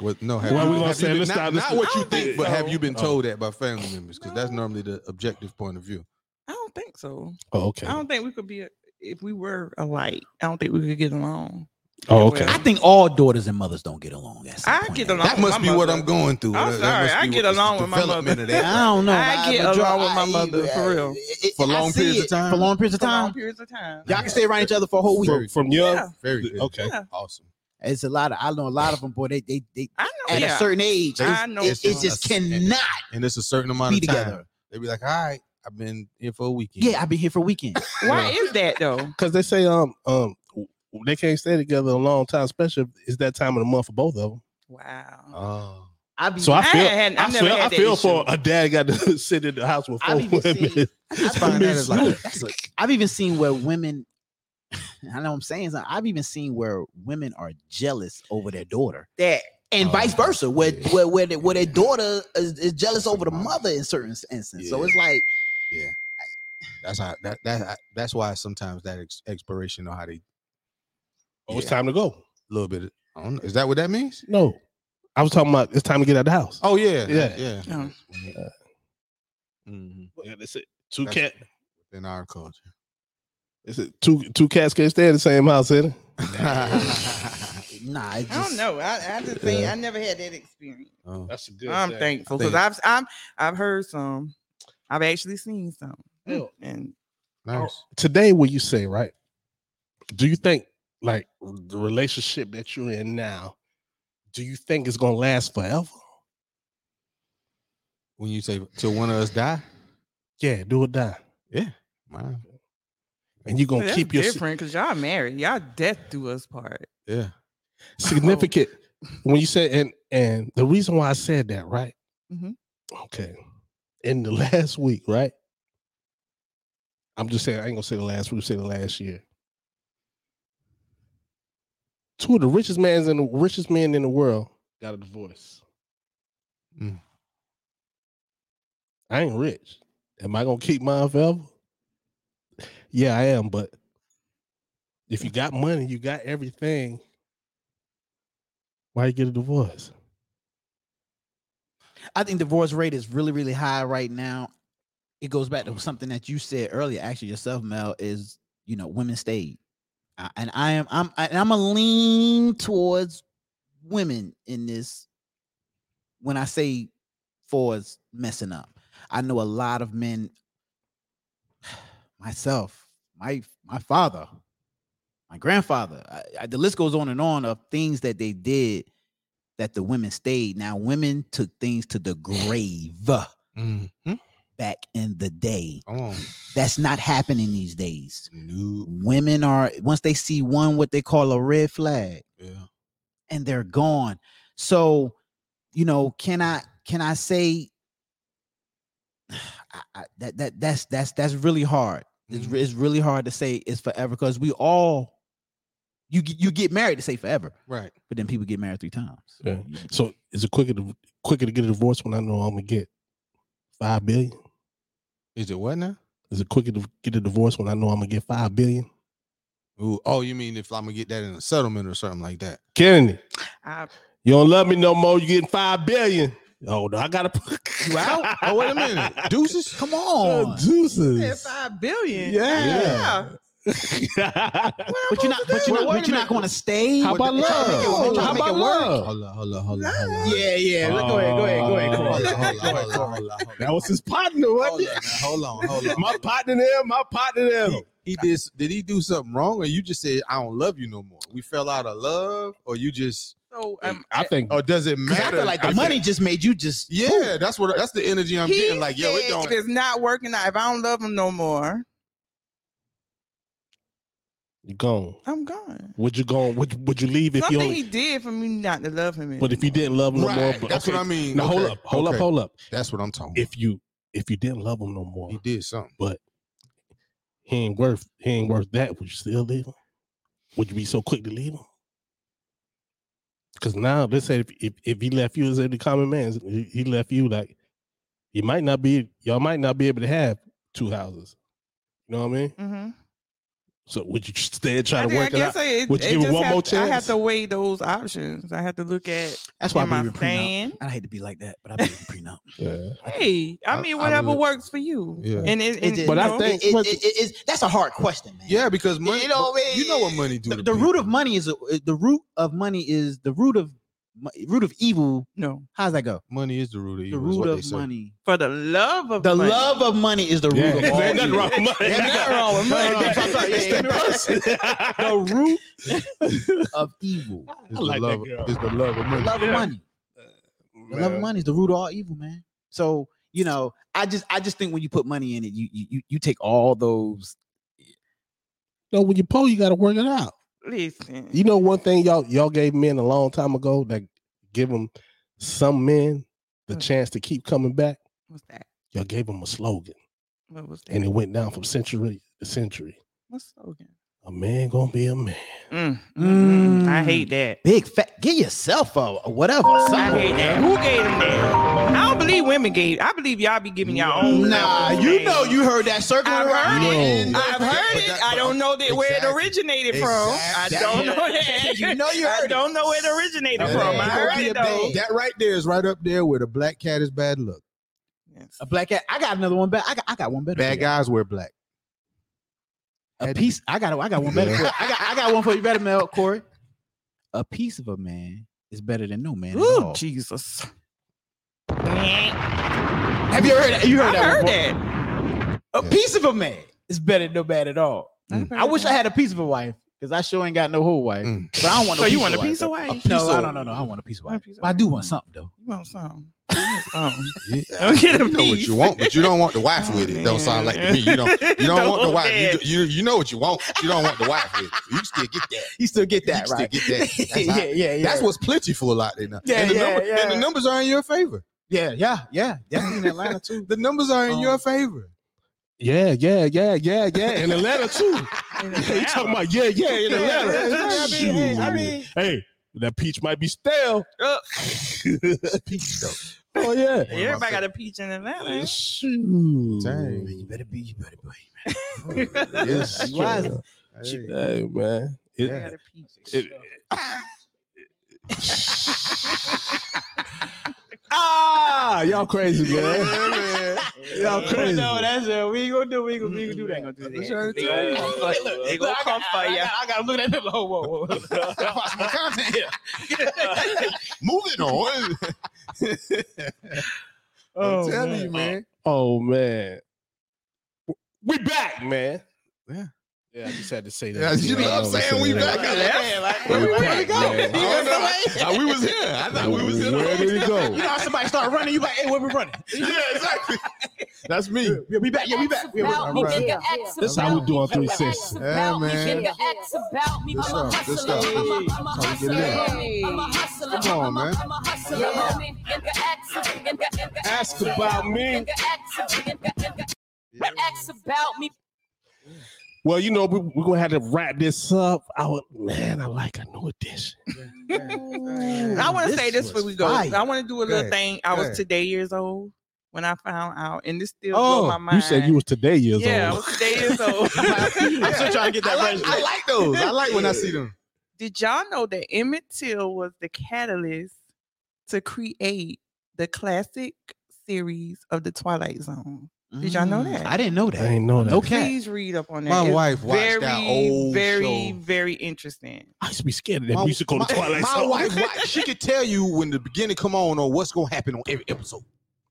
What? No. Well, you- we gonna you say, been- let's not, not- not let's- what I you don't think, think but have so. you been Oh. told that by family members? Because that's normally the objective point of view. I don't think so. Oh, okay. I don't think we could be a, if we were alike. I don't think we could get along. Oh, okay. I think all daughters and mothers don't get along. That's the I point. get along. That must with be my what mother. I'm going through. I'm That- that sorry, must I be get what- it's along the with my development mother. of I that. don't know. I but get but along with I- my mother, for real. it- it- For I long see periods of it. time? For long periods of For long time. periods of time. Y'all can stay around each other for a whole week. From, from your Yeah. Very good. okay. Yeah. Awesome. It's a lot of I know a lot of them, boy. They they, they I know. at yeah. a certain age, I know. it, it some. just cannot And it's a certain amount be of time. together. They be like, all right, I've been here for a weekend. Yeah, I've been here for a weekend. Why is that though? Because they say um um w- they can't stay together a long time, especially if it's that time of the month for both of them. Wow. Oh. I be So I feel I I, had- I've never feel, had I that feel issue. for a dad got to sit in the house with four I've even seen- women. I just I find that mean, as like that's a, I've even seen where women. I know I'm saying something. I've even seen where women are jealous over their daughter. That and Oh, vice versa, where yeah. where where, the, where their daughter is, is jealous over the mother in certain instances. So Yeah. it's like, Yeah, that's how that that that's why sometimes that ex- expiration or how they Oh, it's time to go. a little bit. I don't know. Is that what that means? No, I was talking about it's time to get out of the house. Oh yeah, Yeah. yeah. Oh. Mhm. yeah, that's it. Two That's cat, in our culture. is it two two cats can't stay in the same house, is it? nah, it's I don't just, know. I, I just think I never had that experience. Oh. That's a good. I'm thing. thankful I think- because I've I'm I've heard some. I've actually seen some. Hell. And Nice. Today, what you say, right? Do you think like the relationship that you're in now? Do you think it's gonna last forever? When you say till one of us die, Yeah, do or die, wow. and you're gonna that's keep your si- different because y'all married. Y'all death do us part. Yeah. significant when you said and and the reason why I said that, right? Mhm. Okay. In the last week, right? I'm just saying I ain't gonna say the last week, say the last year. Two of the richest man's in the richest men in the world got a divorce. Mm. I ain't rich. Am I gonna keep mine forever? Yeah, I am, but if you got money, you got everything. Why you get a divorce? I think divorce rate is really really high right now. It goes back to something that you said earlier, actually yourself, Mel. Is you know women stayed, I- and I am I'm I, and I'm gonna lean towards women in this when I say for is messing up. I know a lot of men, myself, my my father, my grandfather. I, I, the list goes on and on of things that they did that the women stayed. Now women took things to the grave Mm-hmm. back in the day. Come on. That's not happening these days. New. Women are once they see one what they call a red flag, Yeah. and they're gone. So, you know, can I can I say I, I, that that that's that's that's really hard. It's, re- it's really hard to say it's forever because we all you get- you get married to say forever, Right. but then people get married three times. Yeah. So is it quicker to quicker to get a divorce when I know I'm gonna get five billion? Is it what now? Is it quicker to get a divorce when I know I'm gonna get five billion? Ooh, oh, you mean if I'm gonna get that in a settlement or something like that? Kennedy, I you don't love me no more. You getting five billion? Oh no, I gotta. You out? Oh, wait a minute. Deuces. Come on. Deuces. said five billion. Yeah. Yeah. But you're not. But you're Well, not. wait But a you're not minute. going to stay. How about They're trying to make it- they're love? trying How to make it about work. love? Hold on, hold on, hold on, hold on. Yeah, yeah. Look, go ahead, go ahead, go ahead, go ahead. That was his partner, Hold wasn't on, hold on, hold on. it? My partner there, my partner there. He did. Did he do something wrong, or you just said I don't love you no more? We fell out of love, or you just, So um, I think or does it 'Cause matter? I feel like the I money just made you just. Yeah, that's what. That's the energy I'm he getting. Like, yo, it said don't. if it's not working out, if I don't love him no more, you gone. I'm gone. Would you go? Would Would you leave if Something you? Only, he did for me not to love him. but if you anymore. didn't love him no more, Right, but, that's okay. what I mean. Now hold Okay, up, hold okay. up, hold up. That's what I'm talking. about. If you if you didn't love him no more, he did something, he ain't worth he ain't worth that. Would you still leave him? Would you be so quick to leave him? Because now let's say if, if if he left you as a common man, he he left you like you might not be y'all might not be able to have two houses. You know what I mean? Mhm. So would you still try I, to think- I work it out? guess I, it, Would you it give it just one have, more I have chance? to weigh those options. I have to look at That's why I am believe I in prenup. staying? I hate to be like that, but I believe in prenup. Yeah. Hey, I, I- mean I whatever would- works for you. Yeah. And it, and, It- But you I know, think- it- it- it- it's- that's a hard question, man. yeah, because money. You You know, know, man, what money do. The, to the root of people. money is a- the root of money is the root of mo- root of evil. no How's that go? money is the root of The evil, is root what they of say. money. for the love of The money. love of money is the root Yeah. of all Ain't nothing evil. wrong with money. Ain't nothing wrong with money. No, no, That's what I'm it's saying. the person. The root of evil. Is I like the that love, girl. is the love of The money. love of money. The love of Man. money is the root of all evil, man. So you know, I just I just think when you put money in it, you you you- you take all those. No, when you pull, you gotta work it out. Listen, You know one thing y'all y'all gave men a long time ago that give them some men the Mm. chance to keep coming back. what's that? Y'all gave them a slogan, What was that? and it went down from century to century. What's the slogan? A man gonna be a man. Mm, mm, mm, I Mm. hate that. Big fat, get yourself a a whatever. I something. hate that. Who gave them that? I don't believe women gave. I believe y'all be giving y'all own. Nah, levels, you man. know you heard that circle I've around. heard No. it. I've heard But it. that- I don't know that where it Exactly. originated from. I don't know that. You know you I heard it. don't know where it originated That- from. I that- heard it though. That right there is right up there where the black cat is bad luck. Yes. A black cat. I got another one better. I got, I got one better. for Bad you. guys wear black. A piece. I got. I got one better. Yeah. For you. I got. I got one for you better, Mel Corey. A piece of a man is better than no man. at Ooh, all. Jesus. I Have you heard? You heard heard that? one, boy? that. A piece of a man is better than no man at all. I've I heard wish I that. had a piece of a wife because I sure ain't got no whole wife. Mm. But I don't want. So no you want a piece of wife? though. wife? No, Piece I of- don't know. No, I want a piece of Want a wife. piece of But I do wife. want something though. You want some? You want some? Yeah, Don't get a you know what piece. you want, but you don't want the wife with it. Don't sound like to me. You don't. You don't want the Don't wife. You, bad. ju- you you know what you Oh, want. But you don't want the wife with it. You still get that. You still get You that still right? get that. That's, yeah, how- yeah, yeah. that's what's plentiful out there now. Yeah, and the yeah, number, And the yeah. numbers are in your favor. Yeah, yeah, yeah. Definitely in Atlanta too. The numbers are in Um, your favor. Yeah, yeah, yeah, yeah, yeah. In Atlanta too. you talking about yeah, yeah, in Atlanta. I mean, hey, I mean- hey, that peach might be stale. Uh. Peach though. oh yeah. One of my Everybody got a favorite- peach in Atlanta. Shoot. Dang. better be. You better be. Yes. Why is- Hey. Hey man. It- Yeah. Got a peach. it- ah, y'all crazy man. Y'all crazy. No, that's it. We ain't gonna do. We ain't gonna, we ain't gonna do that. They gonna do They that. gonna come for you. They gonna come for you. They gonna Look, I come got- for I you. got- I gotta look at that. Whoa, whoa, whoa. Watch my content here. Moving on. I'm telling you, man. Oh man. We back, man. Yeah. Yeah, I just had to say that. Yeah, you I know what I'm always saying? say We that. back. Yeah, like, We where we back, where we go? man. You I don't know, know. Uh, we was here. I thought we was here. Where did it go? you know how somebody start running, you like, hey, where we running? Yeah, exactly. That's me. Yeah, we back. Yeah, we back. Yeah, we Now back. we Alright. This how we do on 360. Yeah, man. Good I'm stuff. Good stuff. a That's how we get it out. hustler. Come on, man. I'm a hustler. Yeah. In the X, in the, in the Ask about me. in the X, in the, in the X about me. Well, you know, we, we're gonna have to wrap this up. I would, man, I like a new edition. I want to say this before we go. fire. I want to do a Go little ahead. thing. I Go was ahead. today today years old when I found out, and this still blew my Oh, mind. you said you was today years yeah, I old. was today years old. I'm still trying to get I that like, I resume. like those. I like when I see them. Did y'all know that Emmett Till was the catalyst to create the classic series of The Twilight Zone. Did y'all know Mm, that? I didn't know that. I ain't know that. No cap. Please read up on that. My It's wife watched very, that old very, show. very interesting. I used to be scared of that My- music on the my- Twilight my Zone. wife, wa- she could tell you when the beginning come on or what's gonna happen on every episode.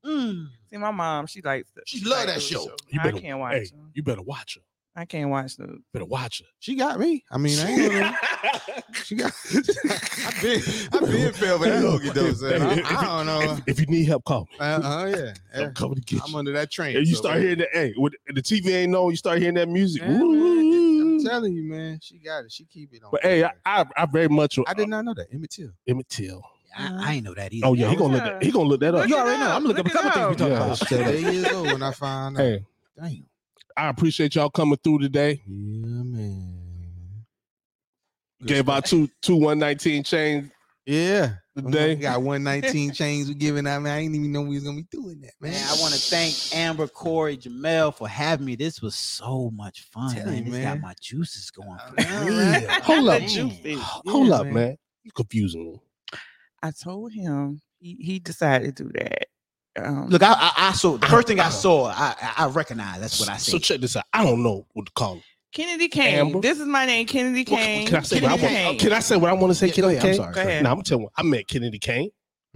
Mm. See, my mom, she likes the, She love likes that those show. shows. You I better- can't watch Hey, them. you better watch her. I can't watch those. Better watch her. She got me. I mean, I ain't gonna, she got. I've been, I've been fell for that hooky though. son. I, I don't know. If, if you need help, call me. Uh, uh, yeah, yeah. I'm coming to get I'm you. under that train. And you so- start hearing that. Hey, with, the TV ain't on. You start hearing that music. Yeah, man, I'm telling you, man. She got it. She keep it on. But hey, I, I, I very much. I did not know that. Emmett Till. Emmett Till. I, I ain't know that either. Oh yeah, he gonna look that. He gonna look that up. Look it up. Look it up. talking I about. was still eight years old when I found out. Hey, Damn. I appreciate y'all coming through today. Yeah, man. Good Gave out two two one nineteen chains Yeah. We today. got 119 chains we giving out, man. I didn't even know we was gonna be doing that, man. Man, I want to thank Amber, Corey, Jamel for having me. This was so much fun, Tell man. Uh, you, This got man. my juices going. for Yeah. real. Hold up, Juicy. hold Yeah, up, man. You confusing me. I told him he, he decided to do that. Um, Look, I, I, I saw the first thing I saw. I, I, I recognize. That's what I Uh-huh. So see. check this out. I don't know what to call it. Kennedy Kane. Amber? This is my name, Kennedy What- Kane. Can I say what I Kennedy want? Kane. Can I say what I want to say? Yeah, go Kennedy ahead, I'm Kane. sorry. Go ahead. Now I'm telling you, I met Kennedy Kane.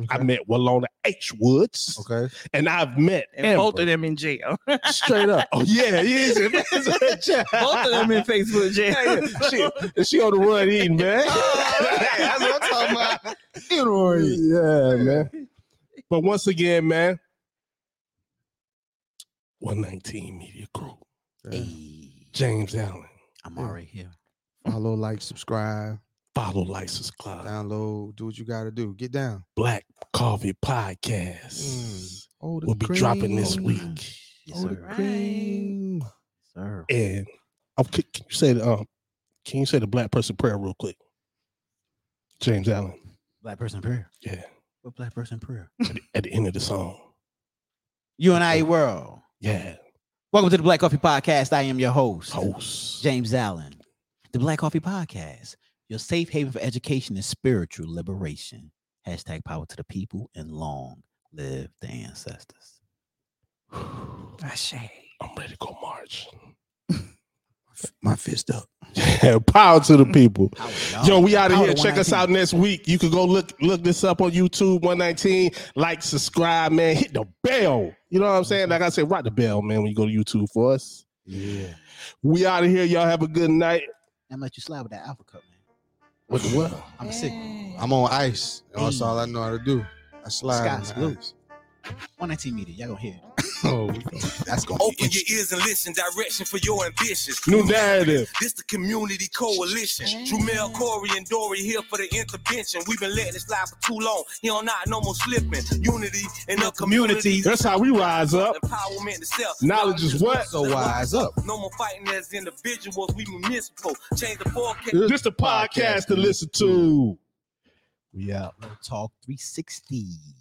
I Okay. met Walona H. Woods, okay. and I've met and Amber. both of them in jail. straight up. Oh yeah, he is. both of them in Facebook Yeah, jail. yeah. She, she on the run eating, man. Oh, that's what I'm talking Yeah, man. But once again, man, 119 Media Group, Hey, James Allen. I'm already here. about. Follow, like, subscribe, Follow License Club, download, do what you gotta do. Get down. Black Coffee Podcast Mm. Oh, will be dropping this week. Yes, Oh, the sir. cream. sir. And oh, can, can you say the um, can you say the black person prayer real quick? James Allen. Black person prayer. Yeah. What black person prayer? At the end of the song. You and I world. Yeah. Welcome to the Black Coffee Podcast. I am your host, Host. James Allen. The Black Coffee Podcast, your safe haven for education and spiritual liberation. Hashtag power to the people and long live the ancestors. I'm ready to go march. My fist up. Power to the people. Power, Yo, y'all. we out of Oh, Power here. to Check us 119. out next week. You can go look look this up on YouTube 119. Like, subscribe, man. Hit the bell. You know what I'm saying? Like I said, rock the bell, man, when you go to YouTube for us. Yeah. We out of here. Y'all have a good night. I'm gonna let you slide with that alpha cup, man. What the what? I'm a sick. I'm on ice. That's all I know how to do. I slide. on Scott's the blue. ice. 119 meter. Y'all gonna hear it. Oh, we gonna- that's gonna Open be your ears and listen. Direction for your ambitions. New narrative. This the community coalition. Jumel, Corey, and Dory here for the intervention. We've been letting this slide for too long. Here on out, no more slipping. Unity in the community. That's how we rise up. Empowerment itself. Knowledge is what? so wise up. No more fighting as individuals. We municipal. Change the forecast. Just a podcast to listen to. We out. Real Talk 360.